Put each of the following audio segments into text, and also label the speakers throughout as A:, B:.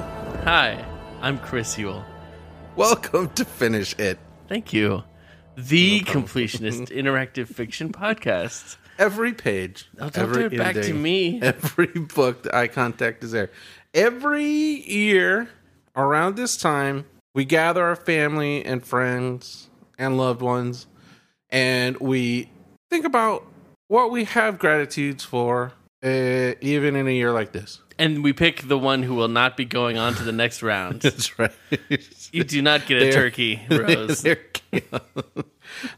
A: Hi, I'm Chris Yule.
B: Welcome to Finish It.
A: Thank you. The Completionist Interactive Fiction Podcast.
B: Every page,
A: Oh, don't
B: every
A: do it back to
B: ending,
A: me.
B: Every book, the eye contact is there. Every year around this time, we gather our family and friends and loved ones, and we think about what we have gratitudes for, uh, even in a year like this.
A: And we pick the one who will not be going on to the next round.
B: That's right.
A: You do not get a
B: There.
A: turkey, Rose.
B: they're,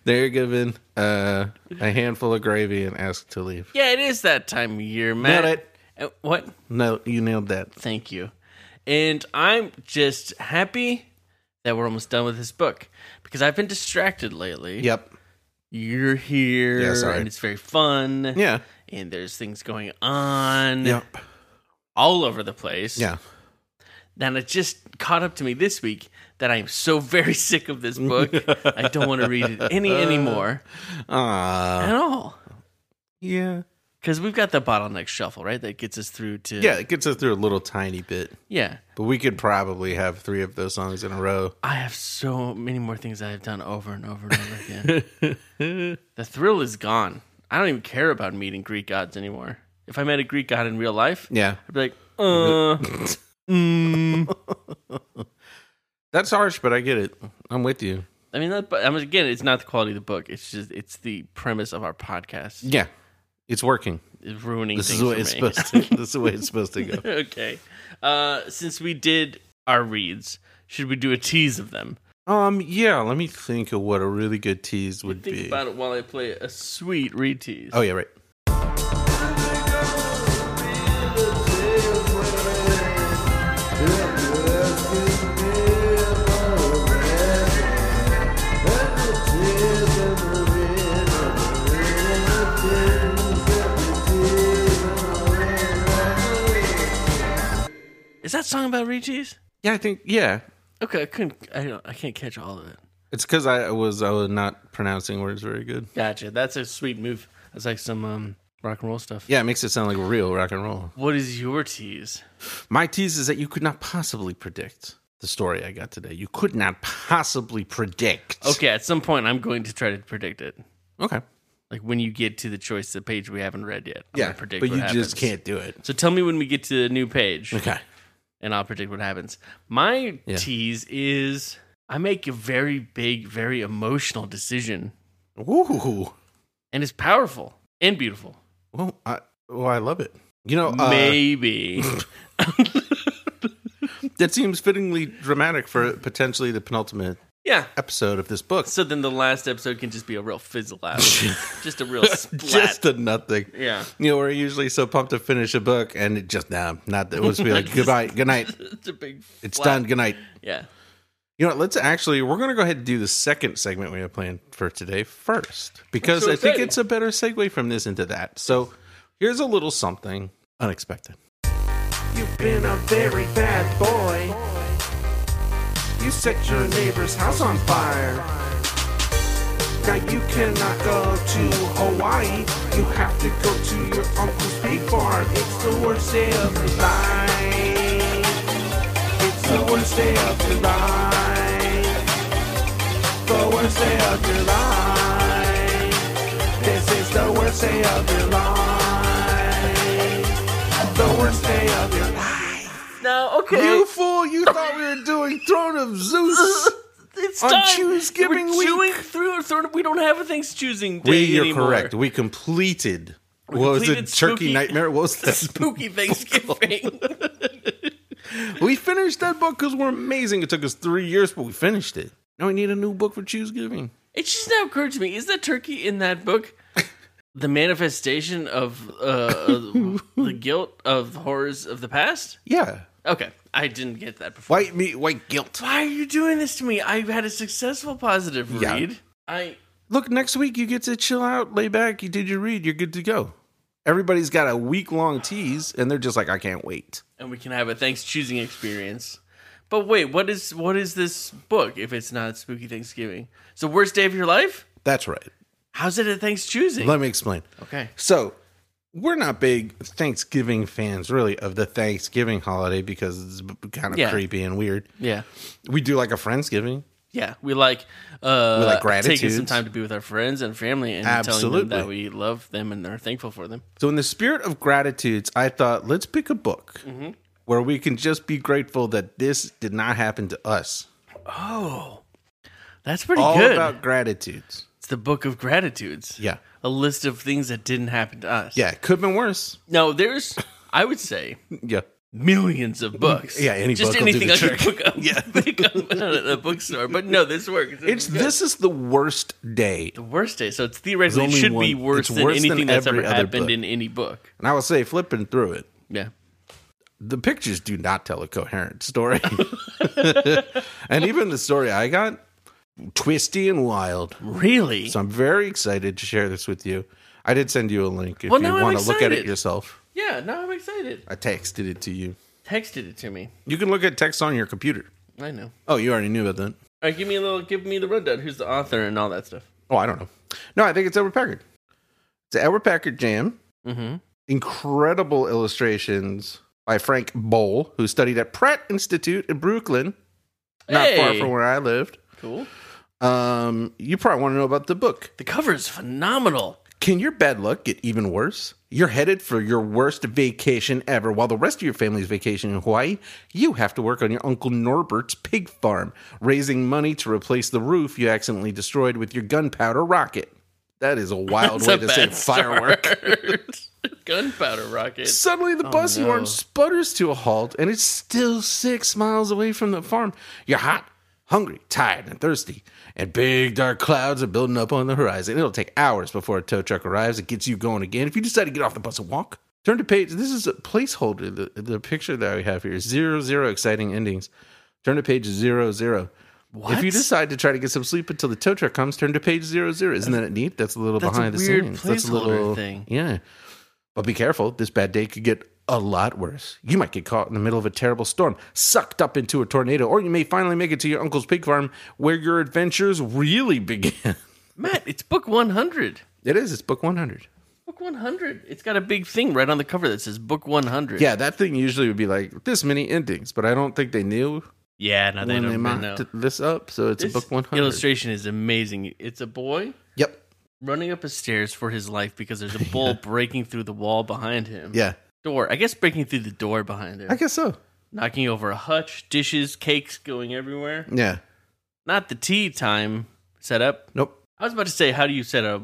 B: they're given uh, a handful of gravy and asked to leave.
A: yeah, it is that time of year, Matt.
B: Nailed it.
A: Uh, What?
B: No, you nailed that.
A: Thank you. And I'm just happy that we're almost done with this book because I've been distracted lately.
B: Yep.
A: You're here,
B: Yeah, sorry.
A: and it's very fun.
B: Yeah.
A: and there's things going on
B: Yep.
A: all over the place.
B: Yeah.
A: And it just caught up to me this week that I'm so very sick of this book. I don't want to read it any anymore
B: Uh,
A: at all.
B: yeah.
A: Because we've got the bottleneck shuffle, right? That gets us through to
B: Yeah, it gets us through a little tiny bit.
A: yeah.
B: But we could probably have three of those songs in a row.
A: I have so many more things I have done over and over and over again. the thrill is gone. I don't even care about meeting Greek gods anymore. If I met a Greek god in real life,
B: Yeah.
A: I'd be like, uh,
B: That's harsh, but I get it. I'm with you.
A: I mean, that, but I mean, again, it's not the quality of the book. It's just it's the premise of our podcast.
B: Yeah. It's working.
A: It's ruining
B: This
A: things
B: is what
A: for
B: it's
A: me.
B: supposed to this is the way it's supposed to go.
A: okay. Uh, since we did our reads, should we do a tease of them?
B: Um, yeah, let me think of what a really good tease would
A: Think
B: be.
A: about it while I play a sweet read tease.
B: Oh yeah, right.
A: Is that song about read tease?
B: Yeah, I think yeah.
A: Okay, I couldn't. I don't. I can't catch all of it.
B: It's because I was I was not pronouncing words very good.
A: Gotcha. That's a sweet move. That's like some um, rock and roll stuff.
B: Yeah, it makes it sound like real rock and roll.
A: What is your tease?
B: My tease is that you could not possibly predict the story I got today. You could not possibly predict.
A: Okay, at some point I'm going to try to predict it.
B: Okay.
A: Like when you get to the choice, the page we haven't read yet. I'm
B: Yeah,
A: gonna predict
B: but
A: what
B: you
A: happens.
B: just can't do it.
A: So tell me when we get to the new page,
B: Okay.
A: and I'll predict what happens. My
B: Yeah.
A: tease is I make a very big, very emotional decision,
B: Ooh.
A: and it's powerful and beautiful.
B: Well, I, well, I love it. You know, uh,
A: Maybe.
B: that seems fittingly dramatic for potentially the penultimate
A: yeah.
B: episode of this book.
A: So then the last episode can just be a real fizzle out, just a real splat.
B: Just a nothing.
A: yeah.
B: You know, we're usually so pumped to finish a book, and it just nah, not that. It was be like goodbye, good night.
A: It's a big.
B: It's
A: flat.
B: done. Good night.
A: Yeah.
B: You know, what, let's actually we're going to go ahead and do the second segment we have planned for today first because
A: so
B: I think
A: exciting.
B: it's a better segue from this into that. So here's a little something unexpected.
C: You've been a very bad boy. You set your neighbor's house on fire. Now you cannot go to Hawaii. You have to go to your uncle's pig farm. It's the worst day of your life. It's the worst day of your life. The worst day of your life. This is the worst day of your life. The worst day of your life.
A: No. Okay.
B: You fool! You thought we were doing Throne of Zeus.
A: it's
B: on
A: time.
B: Choosegiving
A: We're
B: week.
A: chewing through. Through. We don't have a things choosing day
B: We, you're
A: anymore.
B: correct. We completed. what
A: completed
B: was it? Turkey
A: spooky-
B: Nightmare. What was that?
A: Spooky Thanksgiving.
B: we finished that book because we're amazing. It took us three years, but we finished it. Now we need a new book for Choose Giving.
A: It just now occurred to me: is that turkey in that book the manifestation of uh, the guilt of horrors of the past?
B: Yeah,
A: Okay, I didn't get that before.
B: white meat, white guilt.
A: Why are you doing this to me? I had a successful positive
B: Yeah.
A: read. I
B: Look, next week you get to chill out, lay back. You did your read. You're good to go. Everybody's got a week long tease, and they're just like, I can't wait.
A: and we can have a thanks choosing experience. But wait, what is what is this book if it's not spooky Thanksgiving? It's the worst day of your life.
B: That's right.
A: How's it a thanks choosing?
B: Let me explain.
A: okay,
B: So we're not big Thanksgiving fans, really, of the Thanksgiving holiday because it's b- kind of
A: Yeah.
B: creepy and weird.
A: Yeah.
B: We do like a Friendsgiving.
A: Yeah, we like uh
B: We like
A: taking some
B: gratitudes.
A: time to be with our friends and family and telling
B: Absolutely.
A: them that we love them and are thankful for them.
B: So, in the spirit of gratitudes, I thought let's pick a book
A: Mm-hmm.
B: where we can just be grateful that this did not happen to us.
A: Oh. That's pretty
B: All
A: good.
B: about gratitudes.
A: it's the book of gratitudes.
B: Yeah.
A: A list of things that didn't happen to us.
B: Yeah. It could have been worse.
A: No, there's I would say
B: Yeah.
A: millions of books.
B: Yeah, any
A: just
B: book will do
A: anything
B: the
A: I could
B: trick.
A: pick up, pick up at a bookstore. But no, this works.
B: It's
A: good.
B: this is the worst day.
A: the worst day. So it's theoretically it
B: There's only
A: should be
B: one-
A: worse
B: it's
A: than
B: worse than
A: anything that's
B: every
A: ever
B: other
A: happened
B: book.
A: in any book.
B: And I will say, flipping through it,
A: Yeah.
B: the pictures do not tell a coherent story. and even the story I got, twisty and wild.
A: Really?
B: So I'm very excited to share this with you. I did send you a link if
A: Well,
B: you
A: now I'm
B: want to look at it
A: excited.
B: yourself.
A: yeah, now I'm excited.
B: I texted it to you.
A: Texted it to me.
B: You can look at text on your computer.
A: I know.
B: Oh, you already knew about that.
A: All right, give me a little, give me the rundown. Who's the author and all that stuff?
B: Oh, I don't know. No, I think it's Edward Packard. It's an Edward Packard jam.
A: Mm-hmm.
B: Incredible illustrations by Frank Bowl, who studied at Pratt Institute in Brooklyn, not far from where I lived.
A: Cool.
B: Um, you probably want to know about the book.
A: The cover is phenomenal.
B: Can your bad luck get even worse? You're headed for your worst vacation ever. While the rest of your family's vacation in Hawaii, you have to work on your Uncle Norbert's pig farm, raising money to replace the roof you accidentally destroyed with your gunpowder rocket. That is a wild
A: It's
B: way
A: a
B: to say
A: bad
B: firework.
A: start. Gunpowder rocket.
B: Suddenly, the bus you
A: no.
B: are on sputters to a halt, and it's still six miles away from the farm. You're hot, hungry, tired, and thirsty, and big dark clouds are building up on the horizon. It'll take hours before a tow truck arrives and gets you going again. If you decide to get off the bus and walk, turn to page. This is a placeholder. The, the picture that we have here is zero zero exciting endings. Turn to page zero zero.
A: What?
B: If you decide to try to get some sleep until the tow truck comes, turn to page zero zero. Isn't that neat? That's a little
A: That's a
B: behind the
A: weird
B: scenes. That's a
A: placeholder
B: little
A: thing.
B: Yeah. But be careful, this bad day could get a lot worse. You might get caught in the middle of a terrible storm, sucked up into a tornado, or you may finally make it to your uncle's pig farm where your adventures really begin.
A: Matt, it's book 100.
B: it is, it's book 100.
A: Book 100. It's got a big thing right on the cover that says book 100.
B: Yeah, that thing usually would be like this many endings, but I don't think they knew
A: Yeah, no, they
B: when they
A: don't
B: mocked
A: know.
B: this up, so it's
A: This
B: a book 100.
A: illustration is amazing. It's a boy
B: Yep.
A: running up a stairs for his life because there's a bull breaking through the wall behind him.
B: Yeah.
A: Door. I guess breaking through the door behind him.
B: I guess so.
A: Knocking over a hutch, dishes, cakes going everywhere.
B: Yeah.
A: Not the tea time setup.
B: Nope.
A: I was about to say, how do you set a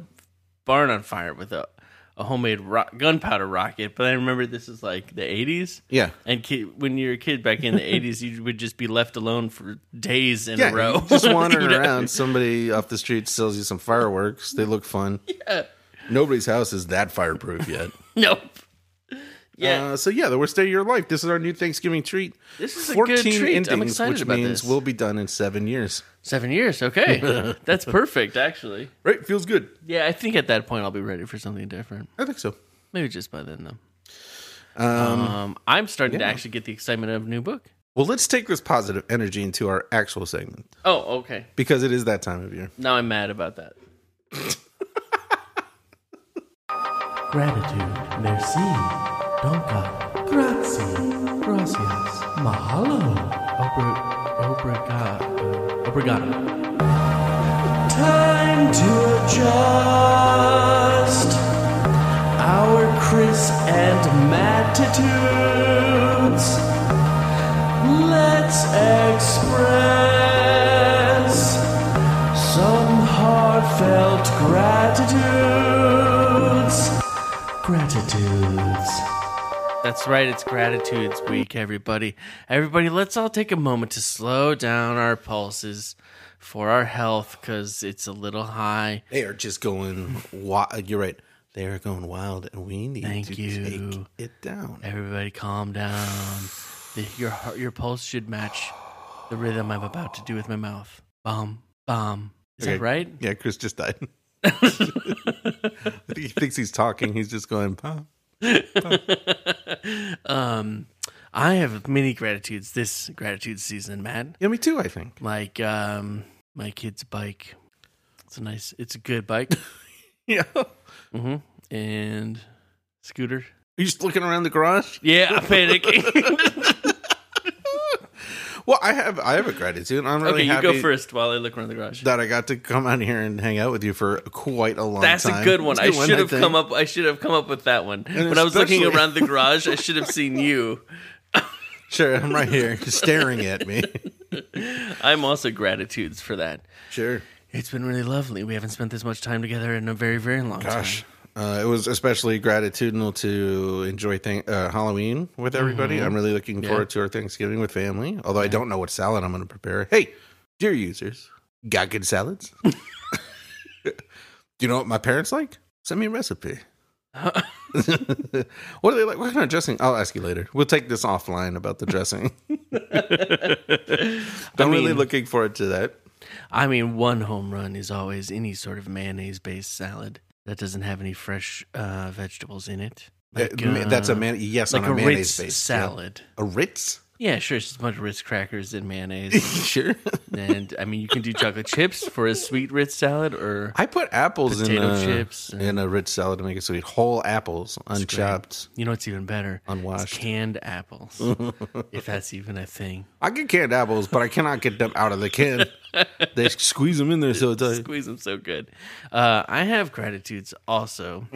A: barn on fire with a, a homemade ro- gunpowder rocket? But I remember this is like the 80s.
B: Yeah.
A: And ki- when you're a kid back in the 80s, you would just be left alone for days in
B: Yeah,
A: a row.
B: you just wandering
A: You know?
B: around. Somebody off the street sells you some fireworks. They look fun.
A: Yeah.
B: Nobody's house is that fireproof yet.
A: Nope. Yeah.
B: Uh, so yeah, the worst day of your life. This is our new Thanksgiving treat.
A: This is a good treat. I'm excited
B: which
A: about
B: means
A: this.
B: we'll be done in seven years.
A: Seven years. Okay. That's perfect, actually.
B: Right? Feels good.
A: Yeah, I think at that point I'll be ready for something different.
B: I think so.
A: Maybe just by then, though.
B: Um,
A: Um, I'm starting to actually get the excitement of a new book.
B: well, let's take this positive energy into our actual segment
A: Oh, okay.
B: because it is that time of year.
A: Now I'm mad about that.
D: Gratitude, merci, donka, grazie, gracias, mahalo, obri- obrigado, obrigado. Time to adjust our Chris and Mattitudes. Let's express some heartfelt gratitudes. Gratitudes.
A: That's right. It's Gratitudes Week, everybody. Everybody, let's all take a moment to slow down our pulses for our health because it's a little high.
B: They are just going wild. You're right. They are going wild, and we need
A: Thank
B: to
A: you.
B: take it down.
A: Everybody, calm down. The, your heart, your pulse should match the rhythm I'm about to do with my mouth. Bomb, bomb. Is
B: Okay.
A: that right?
B: Yeah, Chris just died. he thinks he's talking. He's just going. Pop.
A: Um, I have many gratitudes this gratitude season, Matt.
B: Yeah, me too. I think.
A: Like um, my kid's bike. It's a nice. It's a good bike.
B: Yeah.
A: hmm And Scooter.
B: you just looking around the garage?
A: Yeah, I'm panicking.
B: Well, I have I have a gratitude. I'm really
A: okay, you
B: happy
A: go first while I look around the garage.
B: that I got to come out here and hang out with you for quite a long
A: That's
B: time.
A: a good one.
B: It's
A: I should have
B: think.
A: come up. I should have come up with that one.
B: And
A: when I was looking
B: especially-
A: around the garage, I should have seen you.
B: Sure, I'm right here staring at me.
A: I'm also gratitudes for that.
B: Sure.
A: It's been really lovely. We haven't spent this much time together in a very, very long
B: Gosh.
A: time.
B: Uh, it was especially gratitudinal to enjoy thang- uh, Halloween with everybody.
A: Mm-hmm.
B: I'm really looking forward to our Thanksgiving with family. Although I don't know what salad I'm going to prepare. Hey, dear users, got good salads? Do you know what my parents like? Send me a recipe. what are they like? What kind of dressing? I'll ask you later. We'll take this offline about the dressing. I'm really
A: mean-
B: looking forward to that.
A: I mean, one home run is always any sort of mayonnaise-based salad that doesn't have any fresh uh, vegetables in it. Like,
B: Uh, ma- that's a
A: uh,
B: man. Yes,
A: like
B: on a,
A: a
B: mayonnaise
A: Ritz
B: base
A: salad.
B: A Ritz.
A: Yeah, sure. It's just a bunch of Ritz crackers and mayonnaise.
B: sure.
A: and I mean, you can do chocolate chips for a sweet Ritz salad, or
B: I put apples
A: Potato
B: in a,
A: chips and-
B: in a Ritz salad to make it sweet. Whole apples, unchopped.
A: you know what's even better?
B: Unwashed.
A: It's canned apples, if that's even a thing.
B: I get canned apples, but I cannot get them out of the can. they squeeze them in there so tight.
A: Squeeze them so good. Uh, I have gratitudes also.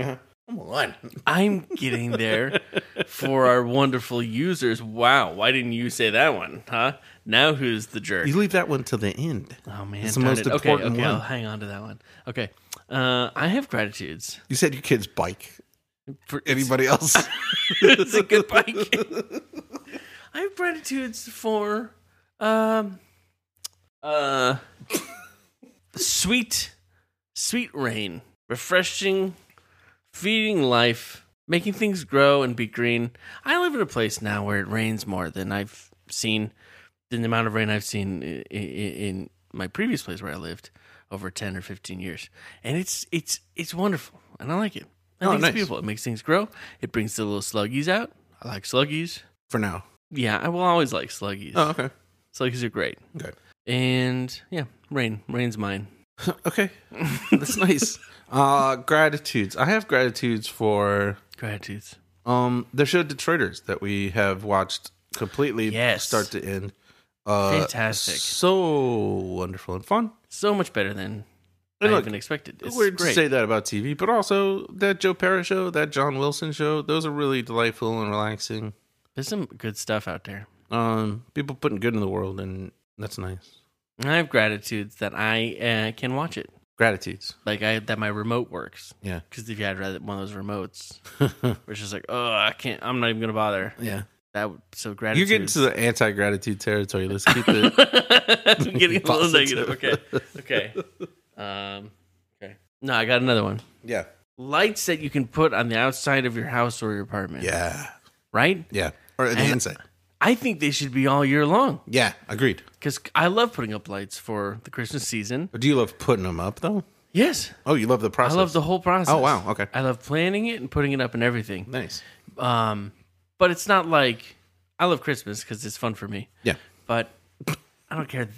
B: Come on.
A: I'm getting there for our wonderful users. Wow, why didn't you say that one, huh? Now who's the jerk?
B: You leave that one to the end.
A: Oh man,
B: It's the
A: darn
B: most
A: it. okay,
B: important
A: okay, I'll
B: one.
A: hang on to that one. Okay, uh, I have gratitudes
B: You said your kid's bike.
A: for
B: Anybody else?
A: it's a good bike. I have gratitudes for um uh sweet sweet rain, refreshing, feeding life, making things grow and be green. I live in a place now where it rains more than I've seen than the amount of rain I've seen in, in my previous place where I lived over 10 or 15 years. And it's it's it's wonderful and I like it. I
B: Oh,
A: think
B: nice.
A: it's beautiful. It makes things grow. It brings the little sluggies out. I like sluggies.
B: For now.
A: Yeah, I will always like sluggies.
B: Oh, okay.
A: Sluggies are great.
B: Okay.
A: And yeah, rain. Rain's mine.
B: Okay. That's nice. Uh, gratitudes. I have gratitudes for
A: Gratitudes.
B: Um, the show Detroiters that we have watched completely
A: Yes.
B: start to end. Uh,
A: Fantastic.
B: So wonderful and fun.
A: So much better than
B: And
A: I
B: look,
A: even expected. It's
B: Weird to
A: great.
B: say that about TV, but also that Joe Parra show, that John Wilson show, those are really delightful and relaxing.
A: There's some good stuff out there.
B: Um, people putting good in the world, and that's nice.
A: And I have gratitudes that I uh, can watch it.
B: Gratitudes.
A: Like I that my remote works.
B: Yeah.
A: Because if you had rather one of those remotes, which is like, oh, I can't. I'm not even gonna bother.
B: Yeah.
A: That would- so
B: You're
A: gratitude.
B: getting to the anti gratitude territory. Let's keep it.
A: I'm getting a little
B: Positive.
A: negative. Okay. Okay. Um, okay. No, I got another one.
B: yeah.
A: Lights that you can put on the outside of your house or your apartment.
B: Yeah.
A: Right?
B: Yeah. Or the
A: And-
B: inside.
A: I think they should be all year long
B: Yeah. Agreed.
A: because I love putting up lights for the Christmas season.
B: Do you love putting them up, though?
A: Yes.
B: Oh, you love the
A: I
B: process.
A: love the whole process.
B: Oh, wow. Okay.
A: I love planning it and putting it up and everything.
B: Nice.
A: Um, but it's not like I love Christmas because it's fun for me.
B: Yeah.
A: but I don't care th-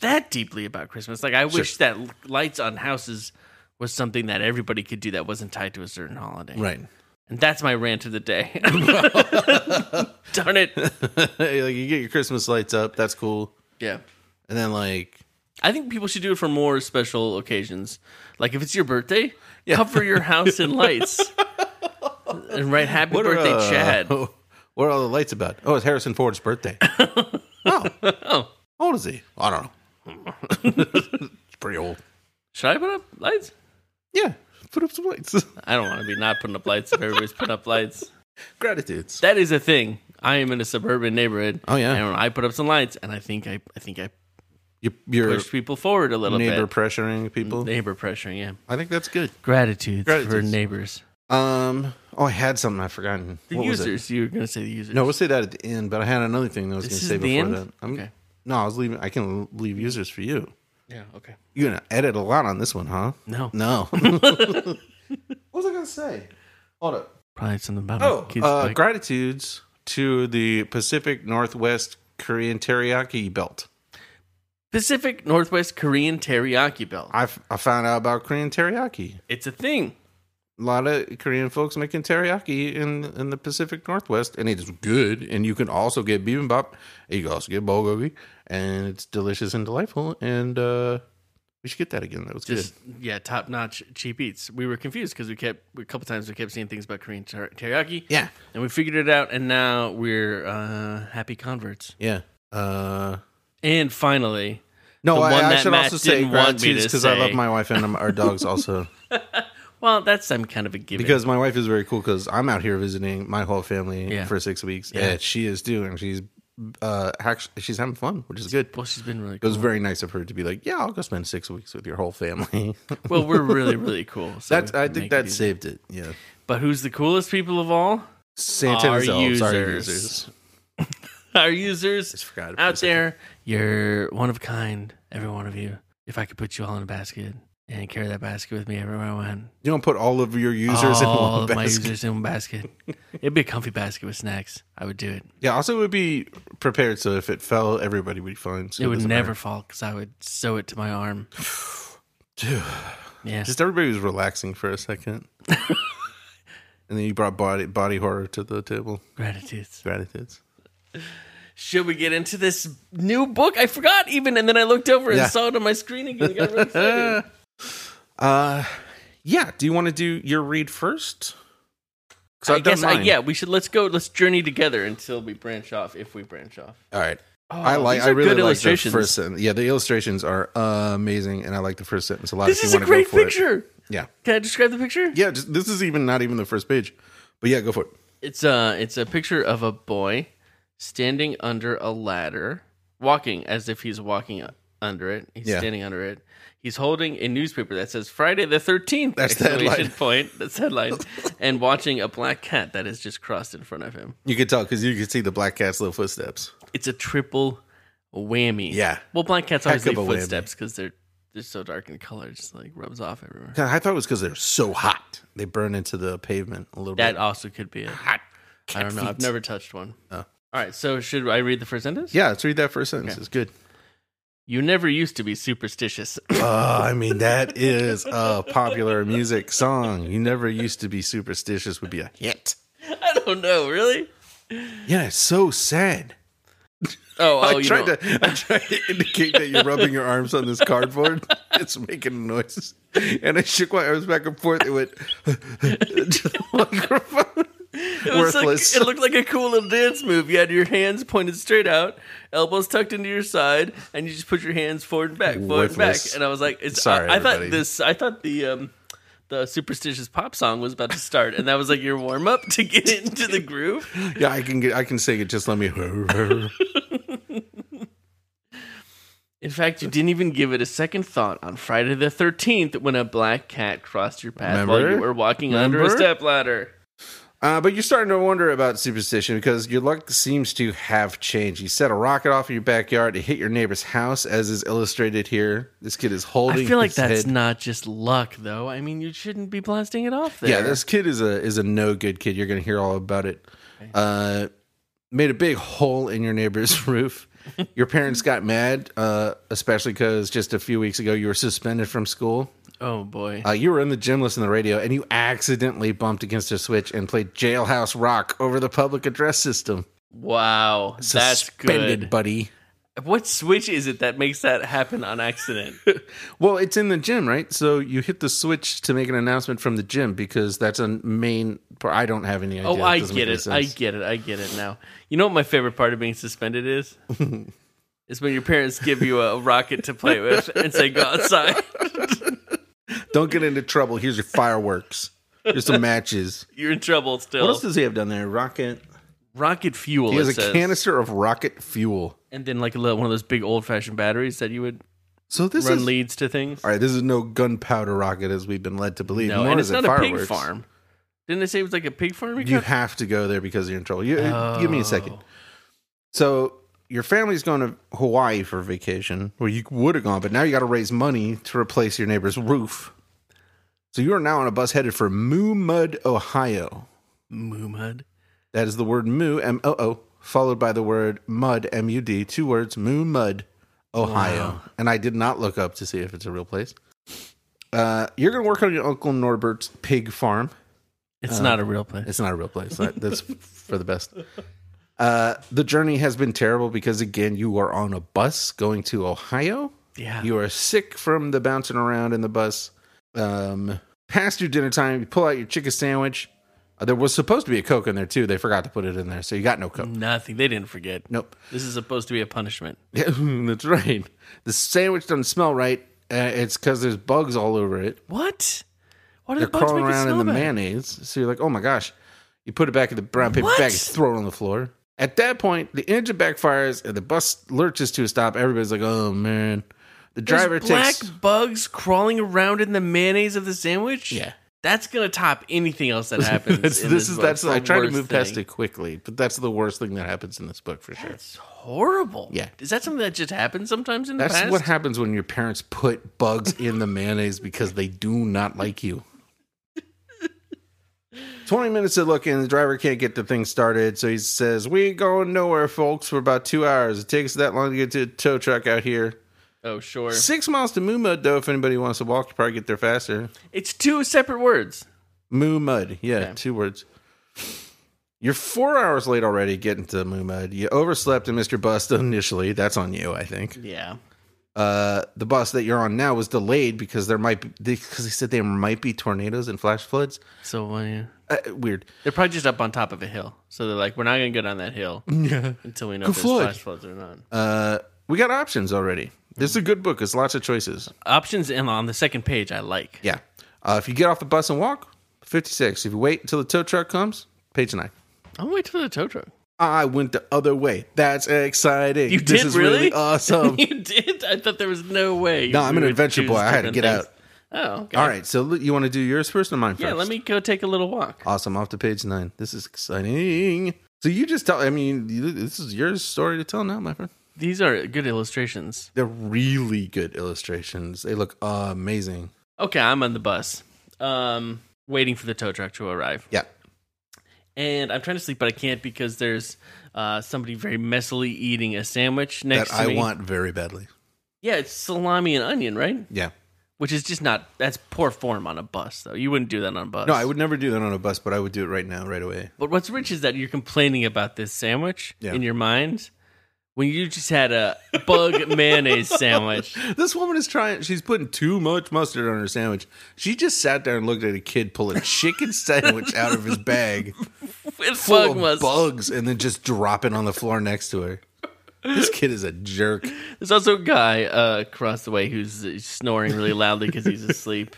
A: that deeply about Christmas. Like I wish that l- lights on houses was something that everybody could do that wasn't tied to a certain holiday.
B: Right.
A: And that's my rant of the day. Darn it.
B: like you get your Christmas lights up, that's cool.
A: Yeah.
B: And then like
A: I think people should do it for more special occasions. Like if it's your birthday, cover your house in lights. and write happy
B: are,
A: birthday
B: uh,
A: Chad.
B: What are all the lights about? Oh, it's Harrison Ford's birthday. oh. How old is he? I don't know. it's pretty old.
A: Should I put up lights?
B: Yeah. Put up some lights.
A: I don't want to be not putting up lights if everybody's putting up lights.
B: Gratitudes.
A: that is a thing. I am in a suburban neighborhood.
B: Oh, yeah.
A: and I put up some lights, and I think I, I think I
B: Your, your
A: pushed people forward a little
B: neighbor
A: bit.
B: pressuring people.
A: Neighbor pressure, yeah.
B: I think that's good.
A: Gratitude for
B: Gratitudes.
A: neighbors,
B: Um oh I had something I've forgotten.
A: the
B: What was it?
A: users. You were gonna say the users.
B: No, we'll say that at the end, but I had another thing that I was
A: This
B: gonna
A: is
B: say
A: the
B: before
A: end?
B: that. I'm,
A: Okay.
B: No, I was leaving I can leave users for you.
A: yeah, okay.
B: You're gonna edit a lot on this one, huh?
A: No,
B: No. what was I gonna say? Hold up.
A: probably something about
B: Oh,
A: my kids.
B: uh,
A: bike.
B: gratitudes to the Pacific Northwest Korean Teriyaki Belt.
A: Pacific Northwest Korean teriyaki belt.
B: I, f- I found out about Korean teriyaki.
A: It's a thing.
B: a lot of Korean folks making teriyaki in in the Pacific Northwest, and it's good. And you can also get bibimbap. You can also get bulgogi, and it's delicious and delightful. And uh, we should get that again. That was good.
A: Just yeah, top notch cheap eats. We were confused because we kept a couple times we kept seeing things about Korean ter- teriyaki.
B: Yeah,
A: and we figured it out, and now we're uh, happy converts.
B: yeah. Uh,
A: And finally,
B: no,
A: The
B: I,
A: one
B: I
A: that
B: should
A: Matt
B: also say
A: didn't want
B: gratitude
A: me to
B: because I love
A: say.
B: my wife and our dogs also.
A: well, that's I'm kind of a given.
B: Because my wife is very cool because I'm out here visiting my whole family
A: Yeah.
B: for six weeks,
A: Yeah.
B: and she is doing. She's uh, hac- she's having fun, which is good.
A: well, she's been really
B: It was
A: cool.
B: very nice of her to be like, "Yeah, I'll go spend six weeks with your whole family."
A: well, we're really really cool. So
B: That's
A: we
B: I
A: can
B: think
A: make it
B: that
A: easy.
B: saved it. Yeah,
A: But who's the coolest people of all?
B: Santa
A: Our
B: is elves, our
A: users.
B: users.
A: Our
B: Just
A: users
B: forgot it for a
A: out
B: second.
A: there, you're one of a kind, every one of you. If I could put you all in a basket and carry that basket with me everywhere I went,
B: You don't put all of your users
A: all
B: in one
A: of Oh, my
B: basket.
A: users in one basket. It'd be a comfy basket with snacks. I would do it.
B: Yeah, also it would be prepared so if it fell, everybody would be fine. So
A: it would
B: doesn't
A: never
B: matter.
A: fall because I would sew it to my arm. yeah.
B: Just everybody was relaxing for a second, and then you brought body body horror to the table.
A: gratitudes.
B: Gratitudes.
A: Should we get into this new book? I forgot even, and then I looked over and
B: Yeah.
A: saw it on my screen again. I got really excited.
B: Uh, yeah. Do you want to do your read first? 'Cause
A: I
B: I've done
A: guess, I,
B: mine.
A: yeah, we should let's go. Let's journey together until we branch off. If we branch off,
B: All right.
A: Oh,
B: I like.
A: these
B: I
A: are
B: really
A: good
B: like
A: illustrations.
B: the first sentence. Yeah, the illustrations are amazing, and I like the first sentence a lot.
A: This
B: if you
A: is a
B: wanna go
A: great
B: for it.
A: picture.
B: Yeah,
A: Can I describe the picture?
B: yeah. Just, this is even not even the first page, but yeah, go for it.
A: It's a it's a picture of a boy standing under a ladder, walking as if he's walking u- under it. He's
B: Yeah.
A: standing under it. He's holding a newspaper that says Friday the Thirteenth.
B: That's the headline.
A: point. That's headline. and watching a black cat that has just crossed in front of him.
B: You could tell because you could see the black cat's little footsteps.
A: It's a triple whammy.
B: Yeah.
A: Well, black cats always
B: Heck
A: leave
B: of a whammy.
A: footsteps because they're they're so dark in color. It just like rubs off everywhere.
B: God, I thought it was because they're so hot. They burn into the pavement a little
A: That
B: bit.
A: also could be it.
B: Hot.
A: I don't know. I've
B: feet.
A: never touched one.
B: Oh.
A: All right. So should I read the first sentence?
B: Yeah, let's read that first sentence.
A: Okay.
B: It's good.
A: You never used to be superstitious.
B: Uh, I mean, that is a popular music song. You never used to be superstitious would be a hit.
A: I don't know, really.
B: Yeah, it's so sad.
A: Oh, oh,
B: I
A: you
B: tried
A: know.
B: to I tried to indicate that you're rubbing your arms on this cardboard. It's making noises. And I shook my arms back and forth. It went to the microphone.
A: it, was like-
B: worthless.
A: it looked like a cool little dance move. You had your hands pointed straight out, elbows tucked into your side, and you just put your hands forward and back, forward and
B: Worthless.
A: back. And I was like, it's,
B: Sorry,
A: I, I thought
B: everybody.
A: this. I thought the um, the superstitious pop song was about to start, and that was like your warm up to get into the groove.
B: Yeah, I can get I can sing it, just let me
A: In fact, you didn't even give it a second thought on Friday the 13th when a black cat crossed your path while you
B: Remember?
A: were walking under a
B: Remember?
A: stepladder.
B: Uh, but you're starting to wonder about superstition because your luck seems to have changed. You set a rocket off in your backyard to hit your neighbor's house, as is illustrated here. This kid is holding.
A: I feel like
B: his
A: that's
B: head.
A: not just luck, though. I mean, you shouldn't be blasting it off there.
B: Yeah, this kid is a is a no good kid. You're going to hear all about it. Uh, made a big hole in your neighbor's roof. Your parents got mad, uh, especially because just a few weeks ago you were suspended from school.
A: Oh boy.
B: Uh, you were in the gym listening to the radio, and you accidentally bumped against a switch and played Jailhouse Rock over the public address system.
A: wow. That's
B: Suspended,
A: good.
B: buddy.
A: What switch is it that makes that happen on accident?
B: Well, it's in the gym, right? So you hit the switch to make an announcement from the gym because that's a main part. I don't have any idea.
A: oh, I
B: doesn't make
A: get
B: any
A: it. I
B: sense.
A: get it. I get it now. You know what my favorite part of being suspended is? It's when your parents give you a rocket to play with and say, go outside.
B: Don't get into trouble. Here's your fireworks. Here's some matches.
A: You're in trouble still.
B: What else does he have down there? Rocket.
A: rocket fuel.
B: He has
A: it
B: a
A: says.
B: canister of rocket fuel.
A: And then, like, a little, one of those big old fashioned batteries that you would
B: So this
A: run
B: is
A: leads to things.
B: all right. This is no gunpowder rocket as we've been led to believe.
A: No,
B: nor
A: and
B: is
A: it's
B: it
A: not a
B: fireworks.
A: pig farm. Didn't they say it was like a pig farm?
B: You have to go there because you're in trouble. You, Give me a second.
A: Oh.
B: So your family's going to Hawaii for vacation, where you would have gone, but now you got to raise money to replace your neighbor's roof. So you are now on a bus headed for Moo Mud, Ohio.
A: Moo mud.
B: That is the word moo, M O O, followed by the word mud, M U D. Two words, moo mud, Ohio. And I did not look up to see if it's a real place. Uh, you're going to work on your Uncle Norbert's pig farm.
A: It's not a real place.
B: Uh, It's not a real place. That- That's for the best. Uh, the journey has been terrible because, again, you are on a bus going to Ohio.
A: Yeah.
B: You are sick from the bouncing around in the bus. Um, past your dinner time, you pull out your chicken sandwich. Uh, there was supposed to be a Coke in there, too. They forgot to put it in there, so you got no Coke.
A: Nothing. They didn't forget.
B: Nope.
A: This is supposed to be a punishment.
B: Yeah, that's right. The sandwich doesn't smell right. Uh, it's because there's bugs all over it.
A: What? What are
B: They're
A: the bugs
B: crawling
A: make it
B: around in
A: smell
B: the
A: bad?
B: mayonnaise. So you're like, oh my gosh. You put it back in the brown paper
A: What?
B: bag and throw it on the floor. At that point, the engine backfires and the bus lurches to a stop. Everybody's like, oh man. The
A: There's
B: driver
A: black
B: takes.
A: bugs crawling around in the mayonnaise of the sandwich.
B: Yeah.
A: that's gonna top anything else that happens.
B: That's,
A: in
B: this is
A: book.
B: that's.
A: It's the
B: I tried to
A: worst
B: move past
A: thing.
B: it quickly, but that's the worst thing that happens in this book for sure.
A: It's horrible.
B: Yeah.
A: is that something that just happens sometimes in
B: That's
A: the past?
B: what happens when your parents put bugs in the mayonnaise because they do not like you. 20 minutes of looking, the driver can't get the thing started, so he says, We ain't going nowhere, folks, for about two hours. It takes that long to get to a tow truck out here.
A: oh, sure.
B: Six miles to Moo Mud, though, if anybody wants to walk, you probably get there faster.
A: It's two separate words.
B: Moo Mud, yeah,
A: Okay.
B: two words. You're four hours late already getting to Moo Mud. You overslept in Mr. Bust initially. That's on you, I think.
A: Yeah.
B: uh, the bus that you're on now was delayed because there might be because they said there might be tornadoes and flash floods.
A: So uh, yeah.
B: Uh, weird.
A: they're probably just up on top of a hill, so they're like, "We're not gonna get on that hill until we know if there's
B: flood.
A: flash floods or not."
B: Uh, we got options already. This is a good book. It's lots of choices.
A: Options and on the second page, I like.
B: Yeah. Uh, if you get off the bus and walk, fifty six. If you wait until the tow truck comes, page nine.
A: I'll wait till the tow truck.
B: I went the other way. That's exciting.
A: You
B: this
A: did
B: is
A: really?
B: really awesome.
A: you did? I thought there was no way.
B: No,
A: you
B: I'm an
A: would
B: adventure
A: choose
B: boy. I had to
A: different
B: get out.
A: Oh, okay.
B: All right. So l- you want to do yours first or mine first?
A: Yeah, let me go take a little walk.
B: Awesome. Off to page nine. This is exciting. So you just tell. I mean, you, this is your story to tell now, my friend.
A: These are good illustrations.
B: They're really good illustrations. They look amazing.
A: Okay, I'm on the bus, um, waiting for the tow truck to arrive,
B: Yeah.
A: and I'm trying to sleep, but I can't because there's uh, somebody very messily eating a sandwich next
B: that
A: to
B: I
A: me.
B: want very badly.
A: Yeah, it's salami and onion, right?
B: Yeah.
A: Which is just not. That's poor form on a bus, though. You wouldn't do that on a bus.
B: No, I would never do that on a bus, but I would do it right now, right away.
A: But what's rich is that you're complaining about this sandwich
B: Yeah.
A: in your mind when you just had a bug mayonnaise sandwich.
B: This woman is trying, she's putting too much mustard on her sandwich. She just sat there and looked at a kid pull a chicken sandwich out of his bag
A: With
B: full
A: bug
B: of
A: mustard.
B: bugs and then just drop it on the floor next to her. This kid is a jerk.
A: There's also a guy uh, across the way who's uh, snoring really loudly because he's asleep,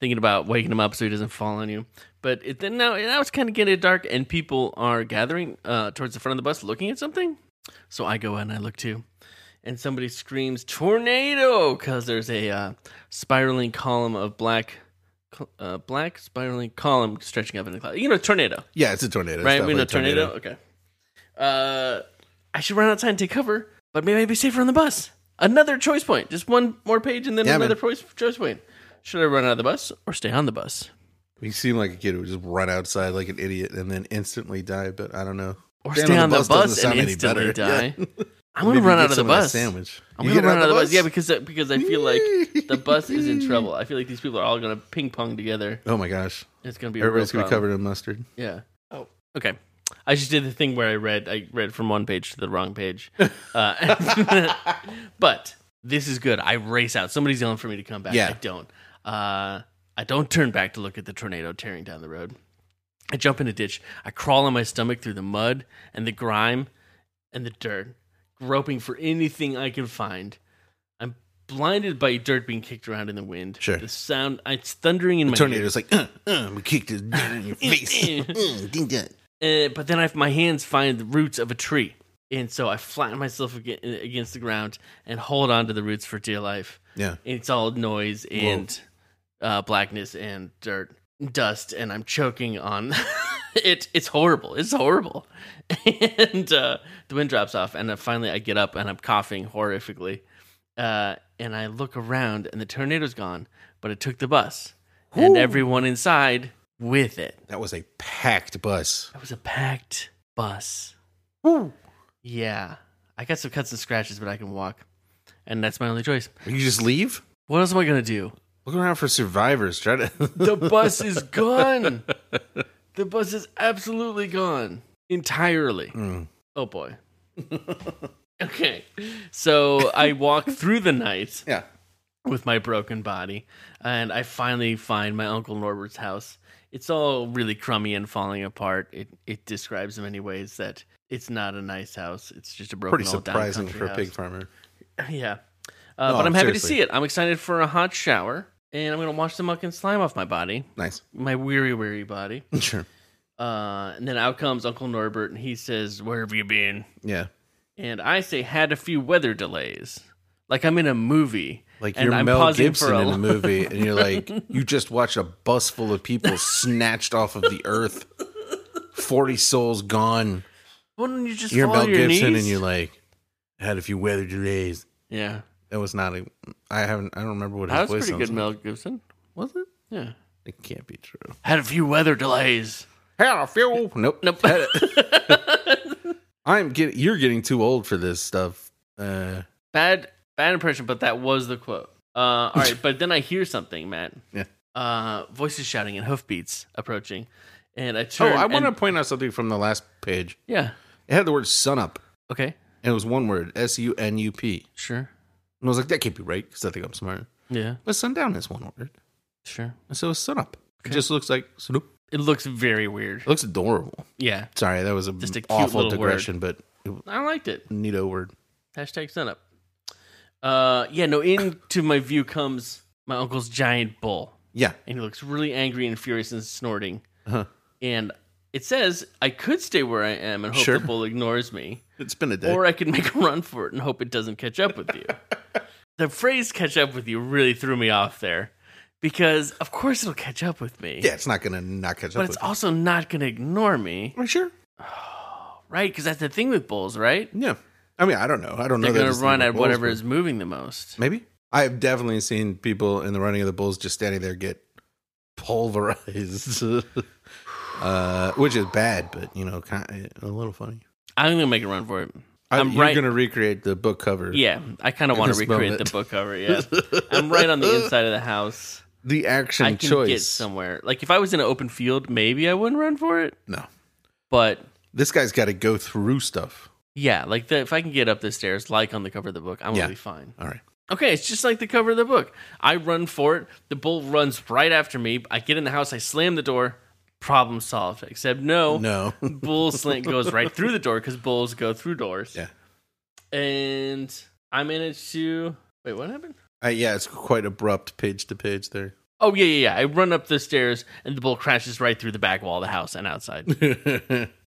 A: thinking about waking him up so he doesn't fall on you. But it, then now, now it's kind of getting dark, and people are gathering uh, towards the front of the bus looking at something. So I go out and I look too, and somebody screams tornado because there's a uh, spiraling column of black, col- uh, black spiraling column stretching up in the cloud. You know, tornado
B: Yeah, it's a tornado. It's
A: right?
B: definitely
A: We know
B: a
A: tornado. Okay. Uh, I should run outside and take cover, but maybe I'd be safer on the bus. Another choice point. Just one more page and then
B: Yeah,
A: another
B: man.
A: choice, choice point. Should I run out of the bus or stay on the bus?
B: You seem like a kid who would just run outside like an idiot and then instantly die, but I don't know.
A: Or
B: Staying
A: stay on the bus,
B: doesn't sound
A: and
B: any
A: instantly
B: better. Yeah.
A: die? I'm gonna
B: Maybe
A: run
B: get
A: out of the
B: some that
A: bus.
B: sandwich.
A: I'm
B: You
A: gonna
B: get
A: run
B: out of the bus?
A: yeah, because because I feel like the bus is in trouble. I feel like these people are all gonna ping pong together.
B: Oh my gosh.
A: It's gonna be
B: Everybody's
A: a real
B: gonna be
A: problem.
B: covered in mustard.
A: Yeah. Oh. Okay. I just did the thing where I read I read from one page to the wrong page. Uh, but this is good. I race out. Somebody's yelling for me to come back.
B: Yeah.
A: I don't. Uh, I don't turn back to look at the tornado tearing down the road. I jump in a ditch. I crawl on my stomach through the mud and the grime and the dirt, groping for anything I can find. I'm blinded by dirt being kicked around in the wind.
B: Sure.
A: The sound it's thundering in my ears.
B: Tornado's like, uh, uh, we kicked his dirt in your face. Uh, ding dong.
A: Uh, but then I, my hands find the roots of a tree. And so I flatten myself aga- against the ground and hold on to the roots for dear life.
B: Yeah.
A: And it's all noise and uh, blackness and dirt and dust, and I'm choking on it. It's horrible. It's horrible. And uh, the wind drops off, and then finally I get up and I'm coughing horrifically. Uh, and I look around, and the tornado's gone, but it took the bus and everyone inside with it.
B: That was a packed bus.
A: That was a packed bus. Yeah. I got some cuts and scratches, but I can walk. And that's my only choice.
B: You just leave?
A: What else am I going to do?
B: Look around for survivors. Try to.
A: The bus is gone. The bus is absolutely gone entirely.
B: Mm.
A: Oh boy. okay. So I walk through the night
B: yeah.
A: with my broken body and I finally find my uncle Norbert's house. It's all really crummy and falling apart. It it describes in many ways that it's not a nice house. It's just a broken
B: Pretty
A: old down
B: surprising
A: country
B: for a
A: house.
B: pig farmer.
A: Yeah. Uh,
B: No,
A: but I'm happy to
B: seriously.
A: see it. I'm excited for a hot shower and I'm going to wash the muck and slime off my body,
B: Nice.
A: my weary, weary body.
B: Sure.
A: Uh, and then out comes Uncle Norbert and he says, Where have you been?
B: Yeah.
A: And I say, Had a few weather delays. Like I'm in a movie.
B: Like
A: and
B: you're Mel
A: pausing
B: Gibson in
A: lo-
B: a movie, and you're like, you just watched a bus full of people snatched off of the earth, forty souls gone.
A: Wouldn't you just
B: You're
A: fall
B: Mel
A: to your
B: Gibson,
A: knees?
B: and you're like, had a few weather delays.
A: yeah.
B: That was not a. I haven't. I don't remember what his
A: That was
B: voice
A: pretty
B: sounds
A: good,
B: like.
A: Mel Gibson. Was it? Yeah.
B: It can't be true.
A: Had a few weather delays.
B: Had a few. Nope.
A: Nope.
B: Had it. I'm getting. You're getting too old for this stuff. Uh,
A: Bad, bad impression, but that was the quote. Uh, all right, but then I hear something, Matt.
B: Yeah.
A: Uh, voices shouting and hoofbeats approaching, and I
B: oh,
A: turn.
B: I want to
A: and-
B: point out something from the last page.
A: Yeah.
B: It had the word "sun up,"
A: Okay.
B: and it was one word: S U N U P.
A: Sure.
B: And I was like, that can't be right because I think I'm smart.
A: Yeah.
B: But sundown is one word.
A: Sure.
B: And so it's sunup. It just looks like sunup.
A: It looks very weird.
B: It looks adorable.
A: Yeah.
B: Sorry, that was a,
A: Just a cute
B: awful
A: little
B: digression, but it-
A: I liked it.
B: neato word.
A: Hashtag sunup. Uh, yeah, no, into my view comes my uncle's giant bull.
B: Yeah.
A: And he looks really angry and furious and snorting.
B: Uh-huh.
A: And it says, I could stay where I am and hope
B: Sure.
A: the bull ignores me.
B: It's been a day.
A: Or I could make a run for it and hope it doesn't catch up with you. the phrase catch up with you really threw me off there. Because of course it'll catch up with me.
B: yeah, it's not going to not catch
A: But
B: up
A: it's
B: with
A: also not going to ignore me,
B: you. Are you sure?
A: right? Because that's the thing with bulls, right?
B: Yeah. I mean, I don't know. I don't
A: They're
B: know. that
A: going
B: it's
A: to
B: the
A: run at
B: Bulls,
A: whatever
B: but
A: is moving the most.
B: Maybe. I've definitely seen people in the running of the Bulls just standing there get pulverized, uh, which is bad, but, you know, kind a little funny.
A: I'm going to make a run for it.
B: I,
A: I'm
B: you're
A: right-
B: going to recreate the book cover.
A: Yeah, I kind of want
B: this
A: to recreate
B: moment.
A: the book cover. Yeah, I'm right on the inside of the house.
B: The action
A: I can
B: choice.
A: get somewhere. Like if I was in an open field, maybe I wouldn't run for it.
B: No.
A: But
B: This guy's got to go through stuff.
A: yeah, like the, if I can get up the stairs, like on the cover of the book, I'm
B: Yeah.
A: gonna be fine.
B: All right.
A: Okay, it's just like the cover of the book. I run for it. The bull runs right after me. I get in the house. I slam the door. Problem solved. Except no,
B: No.
A: bull slant goes right through the door because bulls go through doors.
B: Yeah.
A: and I managed to wait. What happened?
B: Uh, yeah, it's quite abrupt page to page there.
A: Oh yeah, yeah, yeah. I run up the stairs and the bull crashes right through the back wall of the house and outside.